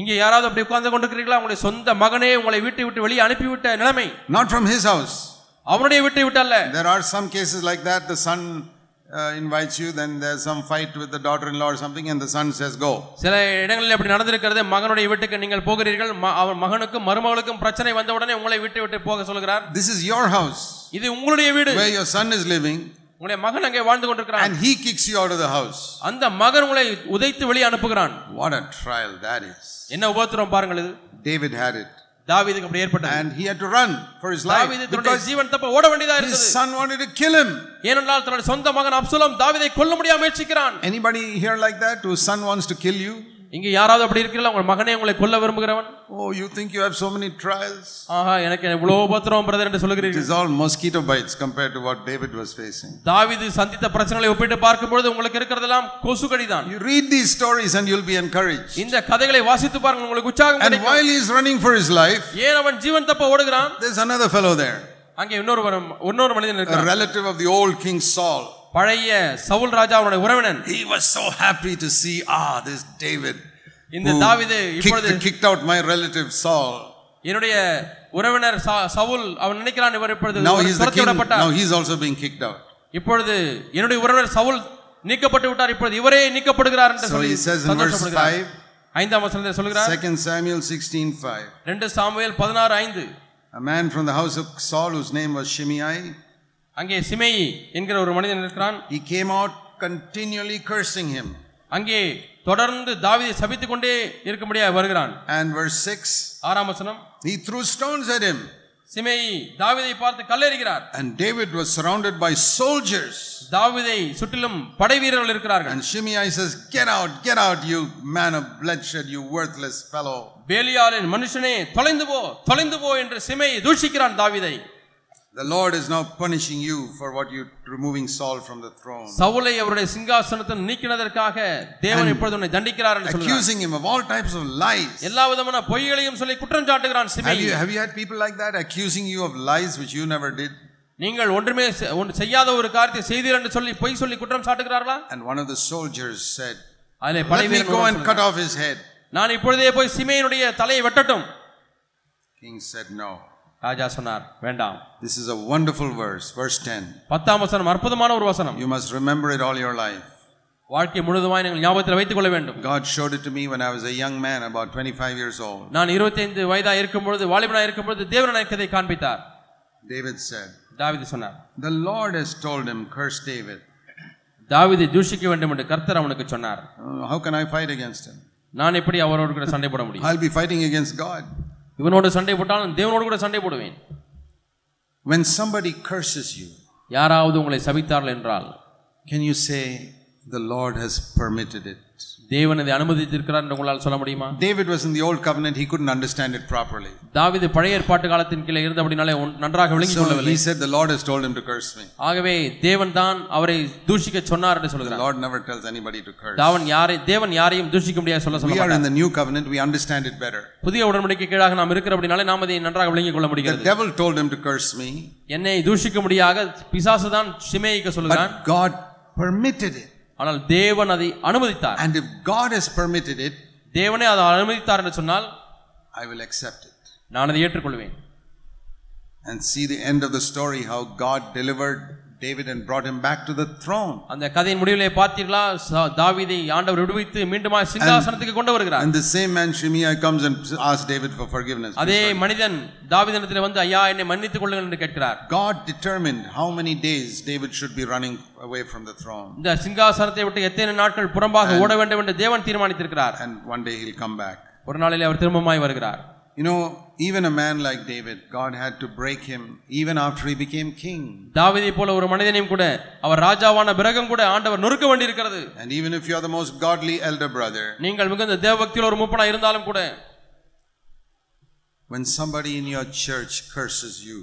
இங்கே யாராவது அப்படி உட்கார்ந்து கொண்டிருக்கிறீர்களா உங்களுடைய சொந்த மகனே உங்களை வீட்டை விட்டு வெளியே அனுப்பிவிட்ட நிலைமை Not from his house. அவனுடைய வீட்டை விட்டு அல்ல There are some cases like that. The son uh, invites you, then there's some fight with the daughter in law or something, and the son says, Go. சில இடங்களில் அப்படி நடந்திருக்கிறது மகனுடைய வீட்டுக்கு நீங்கள் போகிறீர்கள் ம- அவன் மகனுக்கும் மருமகளுக்கும் பிரச்சனை வந்தவுடனே உங்களை வீட்டை விட்டு போக சொல்கிறார் This is your house இது உங்களுடைய வீடு where your son is living, உங்களுடைய மகன் அங்கே வாழ்ந்து கொண்டிருக்கிறான் and he kicks you out of the house. அந்த மகன் உங்களை உதைத்து வெளியே அனுப்புகிறான் What a trial that is. என்ன உபத்திரம் பாருங்கள் இது David had it, தாவீதுக்கு அப்படி ஏற்பட்டது and he had to run for his தாவீது life தன்னுடைய because ஜீவன் தப்ப ஓட வேண்டியதா his இருந்தது son wanted to kill him. ஏனென்றால் தன்னுடைய சொந்த மகன் அப்சலோம் தாவீதை கொல்ல முடியாம முயற்சிக்கிறான் Anybody here like that whose son wants to kill you? இங்க யாராவது அப்படி இருக்கிறீங்களா உங்கள் மகனே உங்களை கொல்ல விரும்புகிறவன் Oh, you think you have so many trials? ஆஹா எனக்கு இவ்வளவு உபத்திரம் பிரதர் என்று It சொல்கிறீர்கள் is all mosquito bites compared to what David was facing. தாவீது சந்தித்த பிரச்சனைகளை ஒப்பிட்டு பார்க்கும்பொழுது உங்களுக்கு இருக்கிறதெல்லாம் கொசுக்கடிதான் You read these stories and you'll be encouraged. இந்த கதைகளை வாசித்து பாருங்க உங்களுக்கு உற்சாகம் And while கிடைக்கும் he's running for his life, ஏன் அவன் ஜீவன் தப்ப ஓடுகிறான் there's another fellow there, அங்கே இன்னொரு வரம்- இன்னொரு மனிதன் a இருக்கிறான் relative of the old King Saul. பழைய சவுல் ராஜா அவனுடைய உறவினன் He was so happy to see, ah, this David. இந்த who தாவீது இப்பொழுது kicked, kicked out my relative Saul. என்னுடைய உறவினர் சா- சவுல் அவன் நினைக்கிறான் இவர் இப்பொழுது Now he's the துரத்தி king. Now விடப்பட்டார் he's also being kicked out. இப்பொழுது என்னுடைய உறவினர் சவுல் நீக்கப்பட்டு விட்டார் இப்பொழுது இவரே நீக்கப்படுகிறார் என்று So சொல்லி he says in verse சந்தோஷப்படுகிறார். 5, ஐந்தாம் வசனத்தில் சொல்கிறார் 2 Samuel 16 5. ரெண்டு சாமுவேல் பதினாறு ஐந்து A man from the house of Saul, whose name was Shimei, அங்கே சிமேயி என்கிற ஒரு மனிதன் இருக்கிறான் he came out continually cursing him. அங்கே தொடர்ந்து தாவீதை சபித்துக் கொண்டே இருக்கும்படியா வருகிறான் And verse 6, ஆறாம் வசனம் he threw stones at him. சிமேயி தாவீதை பார்த்து கல்லெறிகிறார் And David was surrounded by soldiers. தாவீதை சுற்றிலும் படை வீரர்கள் இருக்கிறார்கள் And Shimei says, Get out, get out, you man of bloodshed, you worthless fellow. பேலியாலின் மனுஷனே தொலைந்து போ தொலைந்து போ என்று சிமேயி தூஷிக்கிறான் தாவீதை The Lord is now punishing you for what you removing Saul from the throne. சவுலை அவருடைய சிங்காசனத்தில் நீக்கினதற்காக தேவன் இப்பொழுது உன்னை தண்டிக்கிறார் என்று சொல்கிறார் Accusing him of all types of lies. எல்லா விதமான பொய்களையும் சொல்லி குற்றம் சாட்டுகிறான் Have you, சிமேயி have you had people like that accusing you of lies which you never did? நீங்கள் ஒன்றுமே செ- ஒன்று செய்யாத ஒரு காரியத்தை செய்தீர் என்று சொல்லி பொய் சொல்லி குற்றம் சாட்டுகிறார்களா And one of the soldiers said, அதிலே படை Let me வீரன் go ஒருவன் and cut சொல்கிறான், off his head. நான் இப்பொழுதே போய் சிமேயனுடைய தலையை வெட்டட்டும் King said, No. ராஜா சொன்னார் வேண்டாம் This is a wonderful verse, verse 10. பத்தாம் வசனம் அற்புதமான ஒரு வசனம் You must remember it all your life. வாழ்க்கை முழுதுமாய் நீங்கள் ஞாபகத்தில் வைத்துக் கொள்ள வேண்டும் God showed it to me when I was a young man, about 25 years old. நான் இருபத்தைந்து வயதா இருக்கும் பொழுது வாலிபனா இருக்கும் பொழுது தேவன் எனக்கு இதை காண்பித்தார் David said, தாவீது சொன்னார் The Lord has told him, Curse David. தாவீதை தூஷிக்க வேண்டும் என்று கர்த்தர் அவனுக்கு சொன்னார் Uh, How can I fight against him? நான் எப்படி அவரோடு கூட சண்டை போட முடியும் I'll be fighting against God. இவனோடு சண்டை போட்டாலும் தேவனோடு கூட சண்டை போடுவேன் When somebody curses you, யாராவது உங்களை சபித்தார்கள் என்றால் Can you say, The Lord has permitted it? தேவன் இதை அனுமதித்திருக்கிறார் என்று உங்களால் சொல்ல முடியுமா David was in the Old Covenant, he couldn't understand it properly. தாவீது பழைய ஏற்பாட்டு காலத்தின் கீழே இருந்தபடினாலே ஒன்- நன்றாக விளங்கிக் So கொள்ளவில்லை he said, The Lord has told him to curse me. ஆகவே தேவன் தான் அவரை தூஷிக்க சொன்னார் என்று The சொல்கிறார் Lord never tells anybody to curse. தாவன் யாரை தேவன் யாரையும் தூஷிக்க முடியாது சொல்ல சொல்ல We are மாட்டார். in the New Covenant, we understand it better. புதிய உடன்படிக்கை கீழாக நாம் இருக்கிறபடினாலே நாம் அதை நன்றாக விளங்கிக் கொள்ள The முடிகிறது devil told him to curse me, என்னை தூஷிக்க முடியாக பிசாசு தான் சிமேயிக்க சொல்கிறான் but God permitted it. ஆனால் தேவன் அதை அனுமதித்தார் And if God has permitted it, தேவனே அதை அனுமதித்தார் என்று சொன்னால் I will accept it. நான் அதை ஏற்றுக்கொள்வேன் And see the end of the story how God delivered David and brought him back to the throne. அந்த கதையின் முடிவிலே பார்த்தீர்களா சா- தாவீதை ஆண்டவர் விடுவித்து மீண்டுமா சிங்காசனத்துக்கு கொண்டு வருகிறார் And the same man Shimei comes and asks David for forgiveness. அதே மனிதன் தாவீதினத்தில் வந்து ஐயா என்னை மன்னித்துக் கொள்ளுங்கள் என்று கேட்கிறார் God determined how many days David should be running away from the throne. இந்த சிங்காசனத்தை விட்டு எத்தனை நாட்கள் புறம்பாக ஓட வேண்டும் என்று தேவன் தீர்மானித்திருக்கிறார் And one day he'll come back. ஒரு நாளிலே அவர் திரும்பமாய் வருகிறார் You know, even a man like David, God had to break him even after he became king. தாவீதை போல ஒரு மனிதனையும் கூட அவர் ராஜாவான பிறகும் கூட ஆண்டவர் நொறுக்க வேண்டியிருக்கிறது And even if you're the most godly elder brother, நீங்கள் மிகுந்த தேவபக்தியில் ஒரு மூப்பனா இருந்தாலும் கூட when somebody in your church curses you,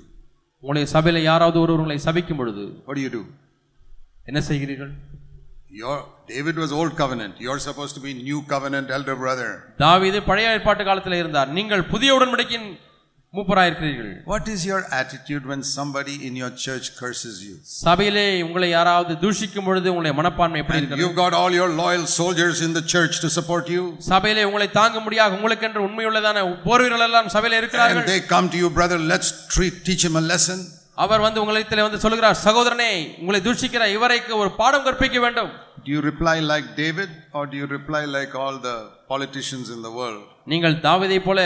உங்களுடைய சபையில யாராவது ஒருவர் உங்களை சபிக்கும் பொழுது what do you do? என்ன செய்கிறீர்கள் Your David was old covenant. You're supposed to be new covenant elder brother. தாவீது பழைய ஏற்பாட்டு காலத்தில் இருந்தார் நீங்கள் புதிய உடன்படிக்கையின் மூப்பராக இருக்கிறீர்கள் What is your attitude when somebody in your church curses you? சபையிலே உங்களை யாராவது தூஷிக்கும் பொழுது உங்களுடைய மனப்பான்மை எப்படி And இருக்கிறது you've got all your loyal soldiers in the church to support you. சபையிலே உங்களை தாங்க முடியாது உங்களுக்கென்று உண்மையுள்ளதான போர்வீரர்கள் எல்லாம் சபையில And இருக்கிறார்கள் they come to you, brother, let's treat, teach him a lesson. அவர் வந்து உங்களிடத்தில் வந்து சொல்கிறார் சகோதரனே உங்களை தூஷிக்கிற இவரைக்கு ஒரு பாடம் கற்பிக்க வேண்டும் Do you reply like David or do you reply like all the politicians in the world? நீங்கள் தாவீதை போல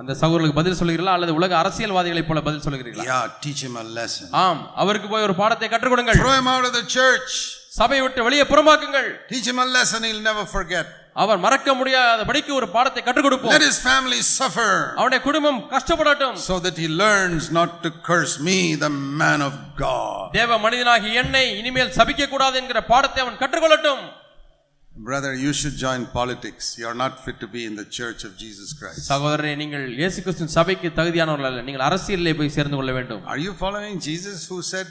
அந்த சகோதரர்களுக்கு பதில் சொல்கிறீர்களா அல்லது உலக அரசியல்வாதிகளைப் போல பதில் சொல்கிறீர்களா Yeah, teach him a lesson. ஆம் அவருக்கு போய் ஒரு பாடத்தை கற்றுக் கொடுங்கள் Throw him out of the church. சபையை விட்டு வெளியே புறமாக்குங்கள் Teach him a lesson he'll never forget. அவர் மறக்க முடியாதபடிக்கு ஒரு பாடத்தை கற்றுக் கொடுப்போம் Let his family suffer அவனுடைய குடும்பம் கஷ்டப்படட்டும் so that he learns not to curse me, the man of God. தேவ மனிதனாகி என்னை இனிமேல் சபிக்க கூடாது என்கிற பாடத்தை அவன் கற்றுக்கொள்ளட்டும் Brother, you should join politics. You're not fit to be in the church of Jesus Christ. சகோதரரே நீங்கள் இயேசு கிறிஸ்துவின் சபைக்கு தகுதியானவர்கள் அல்ல நீங்கள் அரசியலிலே போய் சேர்ந்து கொள்ள வேண்டும் Are you following Jesus who said,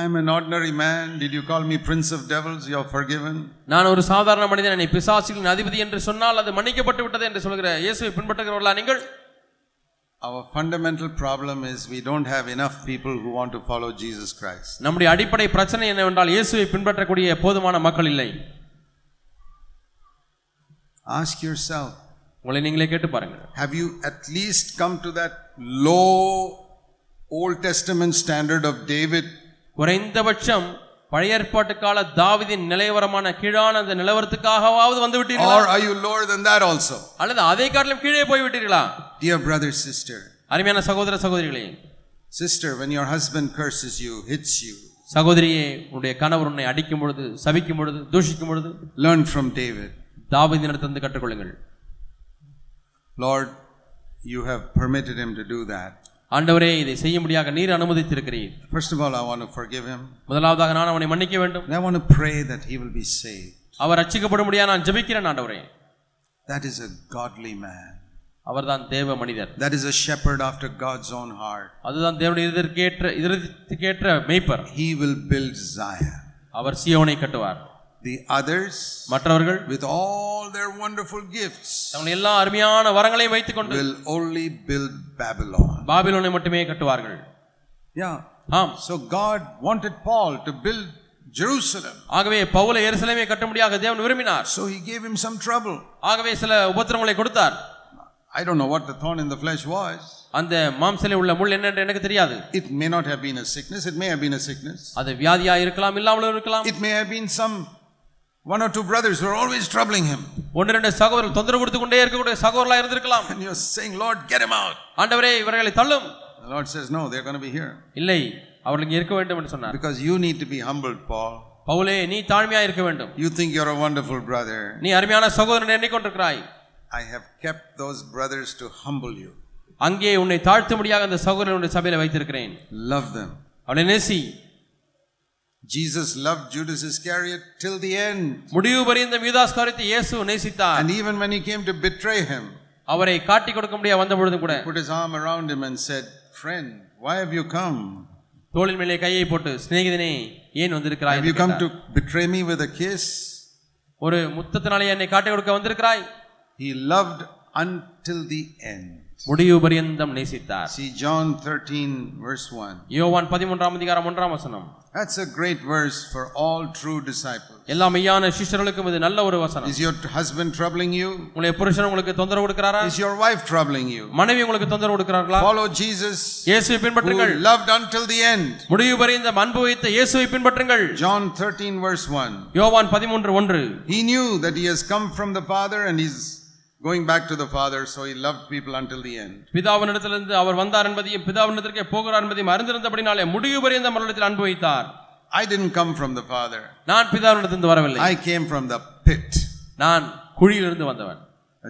I'm an ordinary man. Did you call me prince of devils? You're forgiven. நான் ஒரு சாதாரண மனிதன் என்னை பிசாசுகளின் அதிபதி என்று சொன்னால் அது மன்னிக்கப்பட்டு விட்டது என்று சொல்கிற இயேசுவை பின்பற்றுகிறவர்களா நீங்கள் Our fundamental problem is we don't have enough people who want to follow Jesus Christ. நம்முடைய அடிப்படை பிரச்சனை என்னவென்றால் இயேசுவை பின்பற்றக்கூடிய போதுமான மக்கள் இல்லை Ask yourself, உங்களை நீங்களே கேட்டு பாருங்கள் have you at least come to that low Old Testament standard of David? குறைந்தபட்சம் பழைய ஏற்பாட்டு கால தாவிதின் நிலைவரமான கீழான அந்த நிலவரத்துக்காகவாவது வந்து Or விட்டீர்களா are you lower than that also? அல்லது அதை காட்டிலும் கீழே போய் விட்டீர்களா Dear brother, sister, அருமையான சகோதர சகோதரிகளே sister, when your husband curses you, hits you, சகோதரியே உன்னுடைய கணவர் உன்னை அடிக்கும் பொழுது சபிக்கும் பொழுது தூஷிக்கும் பொழுது learn from David. தாவதினிடத்திலிருந்து கற்றுக்கொள்ளுங்கள் Lord, you have permitted him to do that. ஆண்டவரே இதை செய்ய முடியாத நீர் அனுமதித்திருக்கிறீர் First of all, I want to forgive him. முதலாவதாக நான் அவனை மன்னிக்க வேண்டும் And I want to pray that he will be saved. அவர் ரட்சிக்கப்பட முடியாது நான் ஜெபிக்கிறேன் ஆண்டவரே That is a godly man. அவர்தான் தேவ மனிதர் That is a shepherd after God's own heart. அதுதான் தேவனுடைய இதற்கேற்ற இதற்கேற்ற மேய்ப்பர் He will build Zion. அவர் சியோனை கட்டுவார் The others, மற்றவர்கள் with all their wonderful gifts, தங்கள் எல்லா அருமையான வரங்களையும் வைத்துக்கொண்டு will only build Babylon. பாபிலோனை மட்டுமே கட்டுவார்கள் Yeah. ஆம் So God wanted Paul to build Jerusalem. ஆகவே பவுல எருசலேமே கட்ட முடியாத தேவன் விரும்பினார் So he gave him some trouble. ஆகவே சில உபத்திரங்களை கொடுத்தார் I don't know what the thorn in the flesh was. அந்த மாம்சலே உள்ள முள் என்னென்று எனக்கு தெரியாது It may not have been a sickness. It may have been a sickness. அது வியாதியா இருக்கலாம் இல்லாமலும் இருக்கலாம் It may have been some one or two brothers who are always troubling him. ஒன்று இரண்டு சகோதரர் தொந்தரவு கொடுத்து கொண்டே இருக்கக்கூடிய சகோதரலா இருந்திருக்கலாம் And you're saying, Lord, get him out. ஆண்டவரே இவர்களை தள்ளும் The Lord says, No, they're going to be here. இல்லை அவர்கள் இங்கே இருக்க வேண்டும் என்று சொன்னார் Because you need to be humbled, Paul. பவுலே நீ தாழ்மையா இருக்க வேண்டும் You think you're a wonderful brother. நீ அருமையான சகோதரன் எண்ணிக்கொண்டிருக்கிறாய் I have kept those brothers to humble you. அங்கே உன்னை தாழ்த்த முடியாத அந்த சகோதரனுடைய சபையில வைத்திருக்கிறேன் Love them. அவளை நேசி Jesus loved Judas Iscariot till the end. முடிவு வரை இந்த மீதாஸ் காரியத்தை இயேசு நேசித்தார் And even when he came to betray him, அவரை காட்டி கொடுக்க முடியாது வந்த பொழுது கூட put his arm around him and said, Friend, why have you come? தோளின் மேலே கையை போட்டு சிநேகிதனே ஏன் வந்திருக்கிறாய் Have என்று you come கேட்டார். to betray me with a kiss? ஒரு முத்தத்தினாலே என்னை காட்டி கொடுக்க வந்திருக்கிறாய் He loved until the end. முடிவு பரியந்தம் நேசித்தார் See John 13, verse 1. யோவான் பதிமூன்றாம் அதிகாரம் ஒன்றாம் வசனம் That's a great verse for all true disciples. எல்லா மெய்யான சிஷ்யர்களுக்கும் இது நல்ல ஒரு வசனம் Is your husband troubling you? உங்களுடைய புருஷன் உங்களுக்கு தொந்தரவு கொடுக்கிறாரா Is your wife troubling you? மனைவி உங்களுக்கு தொந்தரவு கொடுக்கிறார்களா Follow Jesus, இயேசுவை who பின்பற்றுங்கள் loved until the end. முடிவு வரை இந்த அன்பு வைத்த இயேசுவை பின்பற்றுங்கள் John 13, verse 1. யோவான் பதிமூன்று ஒன்று He knew that he has come from the Father and he's going back to the Father, so he loved people until the end. பிதாவினிடத்திலிருந்து அவர் வந்தார் என்பதையும் பிதாவினிடத்திற்கே போகிறார் என்பதையும் அறிந்திருந்தபடினாலே முடிவு வரை இந்த மரணத்தில் அன்பு வைத்தார் I didn't come from the Father, நான் பிதாவினிடத்திலிருந்து வரவில்லை I came from the pit, நான் குழியிலிருந்து வந்தவன்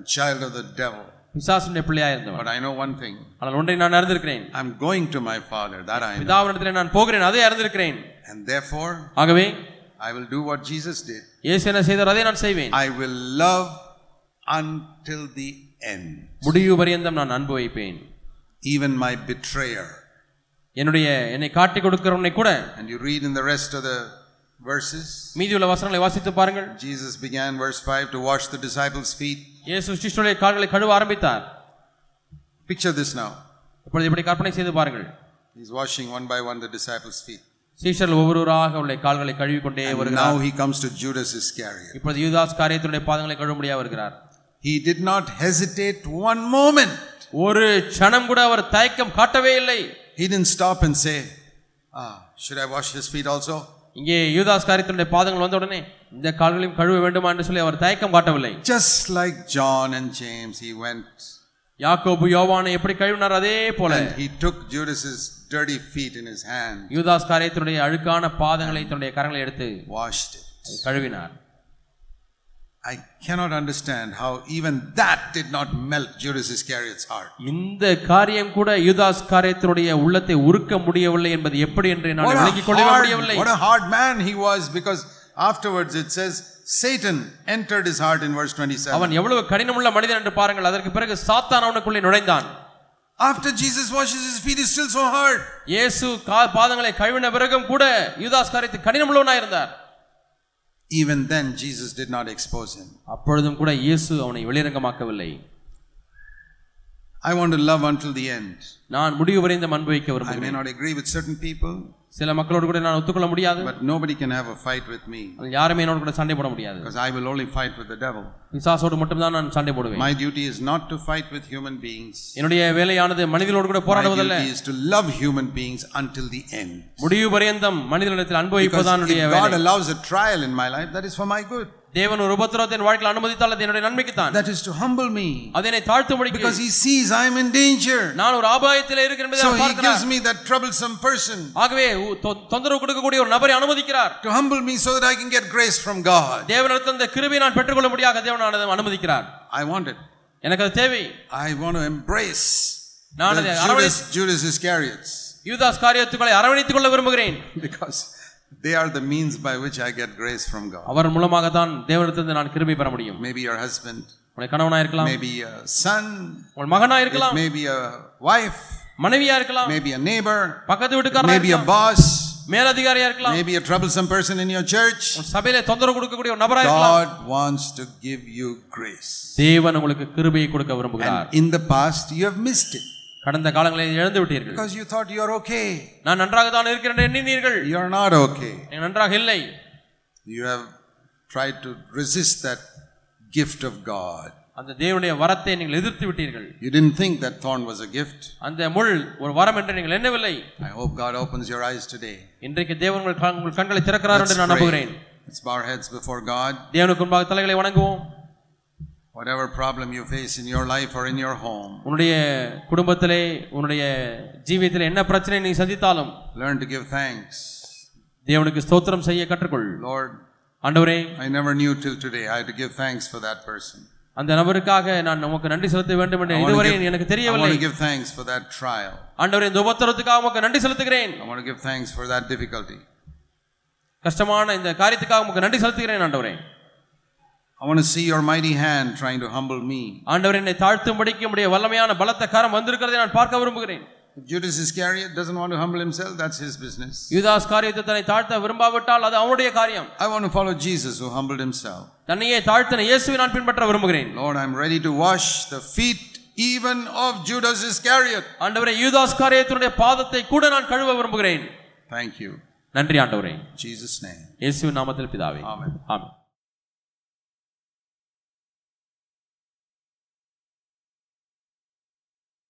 a child of the devil. பிசாசுடைய பிள்ளையா இருந்தவன் But I know one thing ஆனால் ஒன்றை நான் அறிந்திருக்கிறேன் I'm going to my Father, that I know. பிதாவினிடத்திலே நான் போகிறேன் அதை அறிந்திருக்கிறேன் And therefore, ஆகவே I will do what Jesus did. இயேசு என்ன செய்தார் அதை நான் செய்வேன் I will love until the end, முடிவு பரியந்தம் நான் அன்பு வைப்பேன் even my betrayer. என்னுடைய என்னை காட்டி கொடுக்கிறவனை கூட And you read in the rest of the verses, மீதியுள்ள வசனங்களை வாசித்து பாருங்கள் Jesus began, verse 5, to wash the disciples' feet. இயேசு சிஷ்டருடைய கால்களை கழுவ ஆரம்பித்தார் Picture this now. இப்பொழுது இப்படி கற்பனை செய்து பாருங்கள் He's washing one by one the disciples' feet. சீஷர்கள் ஒவ்வொருவராக உள்ள கால்களை கழுவி கொண்டே And now வருகிறார் he comes to Judas Iscariot. இப்பொழுது யூதாஸ் காரியத்தினுடைய பாதங்களை கழுவ முடியா வருகிறார் He did not hesitate one moment. ஒரு க்ஷணம் கூட அவர் தயக்கம் காட்டவே இல்லை He didn't stop and say, Ah, should I wash his feet also? இங்கே யூதாஸ் காரியத்தினுடைய பாதங்கள் வந்த உடனே இந்த கால்களையும் கழுவ வேண்டுமா என்று சொல்லி அவர் தயக்கம் காட்டவில்லை Just like John and James, he went யாக்கோபு யோவானை எப்படி கழுவினார் அதே போல and he took Judas's dirty feet in his hand, யூதாஸ் காரியத்தினுடைய அழுக்கான பாதங்களை தன்னுடைய கரங்களை எடுத்து washed it. கழுவினார் I cannot understand how even that did not melt Judas Iscariot's heart. இந்த காரியம் கூட யூதாஸ் காரியத்தினுடைய உள்ளத்தை உருக்க முடியவில்லை என்பது எப்படி என்று நான் விளங்கிக் கொள்ளவே முடியவில்லை what a hard man he was because afterwards it says Satan entered his heart in verse 27. அவன் எவ்வளவு கடினமுள்ள மனிதன் என்று பாருங்கள் அதற்கு பிறகு சாத்தான் அவனுக்குள்ளே நுழைந்தான் After Jesus washes his feet, he's still so hard. இயேசு கா- பாதங்களை கழுவின பிறகும் கூட யூதாஸ் காரியத்தை கடினமுள்ளவனாய் இருந்தார் Even then, Jesus did not expose him. அப்பொழுதும் கூட இயேசு அவனை வெளிரங்கமாக்கவில்லை I want to love until the end. நான் முடிவு வரைந்து அன்பு வைக்க I may விரும்புகிறேன் not agree with certain people, சில மக்களோடு கூட நான் ஒத்துக்கொள்ள முடியாது but nobody can have a fight with me அதில் யாருமே என்னோட கூட சண்டை போட முடியாது because I will only fight with the devil. பிசாசோடு மட்டும்தான் நான் சண்டை போடுவேன் My duty is not to fight with human beings. என்னுடைய வேலையானது மனிதர்களோடு கூட My போராடுவதல்ல duty is to love human beings until the end. முடிவு பரியந்தம் மனிதனிடத்தில் அன்பு Because வைப்பதுதான் if என்னுடைய God வேலை allows a trial in my life, that is for my good. தேவன் ஒரு உபத்திரத்தின் வாழ்க்கையில் அனுமதித்தால் அது என்னுடைய நன்மைக்குத்தான் That is to humble me. அதனை தாழ்த்தும்படிக்கு Because He sees I am in danger. நான் ஒரு ஆபாயத்தில் இருக்கிறேன் என்பதை So அவர் He பார்க்கிறார். gives me that troublesome person ஆகவே உ- தொ- தொந்தரவு கொடுக்கக்கூடிய ஒரு நபரை அனுமதிக்கிறார் to humble me so that I can get grace from God. தேவனிடத்தில் அந்த கிருபையை நான் பெற்றுக்கொள்ள முடியாத தேவனானது அனுமதிக்கிறார் I want it. எனக்கு அது தேவை I want to embrace No, no, the no, Judas, Judas Iscariot's யூதாஸ் காரியத்துக்களை அரவணைத்துக் கொள்ள விரும்புகிறேன் because they are the means by which I get grace from God. அவர் மூலமாகத்தான் தேவனிடத்திலிருந்து நான் கிருபை பெற முடியும் Maybe your husband, உங்களுடைய கணவனா இருக்கலாம் maybe a son, உங்கள் மகனா இருக்கலாம் maybe a wife, மனைவியா இருக்கலாம் maybe a neighbor, பக்கத்து வீட்டுக்காரனா maybe a இருக்கலாம் boss, மேலதிகாரியா இருக்கலாம் maybe a troublesome person in your church. உங்கள் சபையிலே தொந்தரவு கொடுக்கக்கூடிய ஒரு நபரா இருக்கலாம் God wants to give you grace. தேவன் உங்களுக்கு கிருபையை கொடுக்க விரும்புகிறார் And in the past, you have missed it கடந்த காலங்களில் இழந்து விட்டீர்கள் because you thought you are okay. நான் நன்றாக தான் இருக்கிறேன் என்று எண்ணினீர்கள் You are not okay. நீங்கள் நன்றாக இல்லை You have tried to resist that gift of God. அந்த தேவனுடைய வரத்தை நீங்கள் எதிர்த்து விட்டீர்கள் You didn't think that thorn was a gift. அந்த முள் ஒரு வரம் என்று நீங்கள் எண்ணவில்லை I hope God opens your eyes today. இன்றைக்கு தேவன் உங்கள் கண்- உங்கள் கண்களை திறக்கிறார் என்று நான் pray. நம்புகிறேன் Let's bow our heads before God. தேவனுக்கு முன்பாக தலைகளை வணங்குவோம் Whatever problem you face in your life or in your home, உன்னுடைய குடும்பத்திலே உன்னுடைய ஜீவியத்தில் என்ன பிரச்சனை நீ சந்தித்தாலும் learn to give thanks. தேவனுக்கு ஸ்தோத்திரம் செய்ய கற்றுக்கொள் Lord, ஆண்டவரே I never knew till today I had to give thanks for that person. அந்த நபருக்காக நான் நமக்கு நன்றி செலுத்த வேண்டும் என்று I wanna இதுவரை give- எனக்கு I want தெரியவில்லை to give thanks for that trial. ஆண்டவரே இந்த உபத்திரத்துக்காக உமக்கு நன்றி செலுத்துகிறேன் I want to give thanks for that difficulty. கஷ்டமான இந்த காரியத்துக்காக உமக்கு நன்றி செலுத்துகிறேன் ஆண்டவரே I want to see your mighty hand trying to humble me. ஆண்டவர் என்னை தாழ்த்தும்படிக்கு உடைய வல்லமையான பலத்த காரம் வந்திருக்கிறதை நான் பார்க்க விரும்புகிறேன் If Judas Iscariot doesn't want to humble himself, that's his business. யூதாஸ் காரியத்தை தன்னை தாழ்த்த விரும்பாவிட்டால் அது அவனுடைய காரியம் I want to follow Jesus who humbled himself. தன்னையே தாழ்த்தின இயேசுவை நான் பின்பற்ற விரும்புகிறேன் Lord, I'm ready to wash the feet even of Judas Iscariot. ஆண்டவரே யூதாஸ் காரியத்தினுடைய பாதத்தை கூட நான் கழுவ விரும்புகிறேன் Thank you. நன்றி ஆண்டவரே In Jesus' name. இயேசு நாமத்தில் பிதாவே Amen. ஆமென்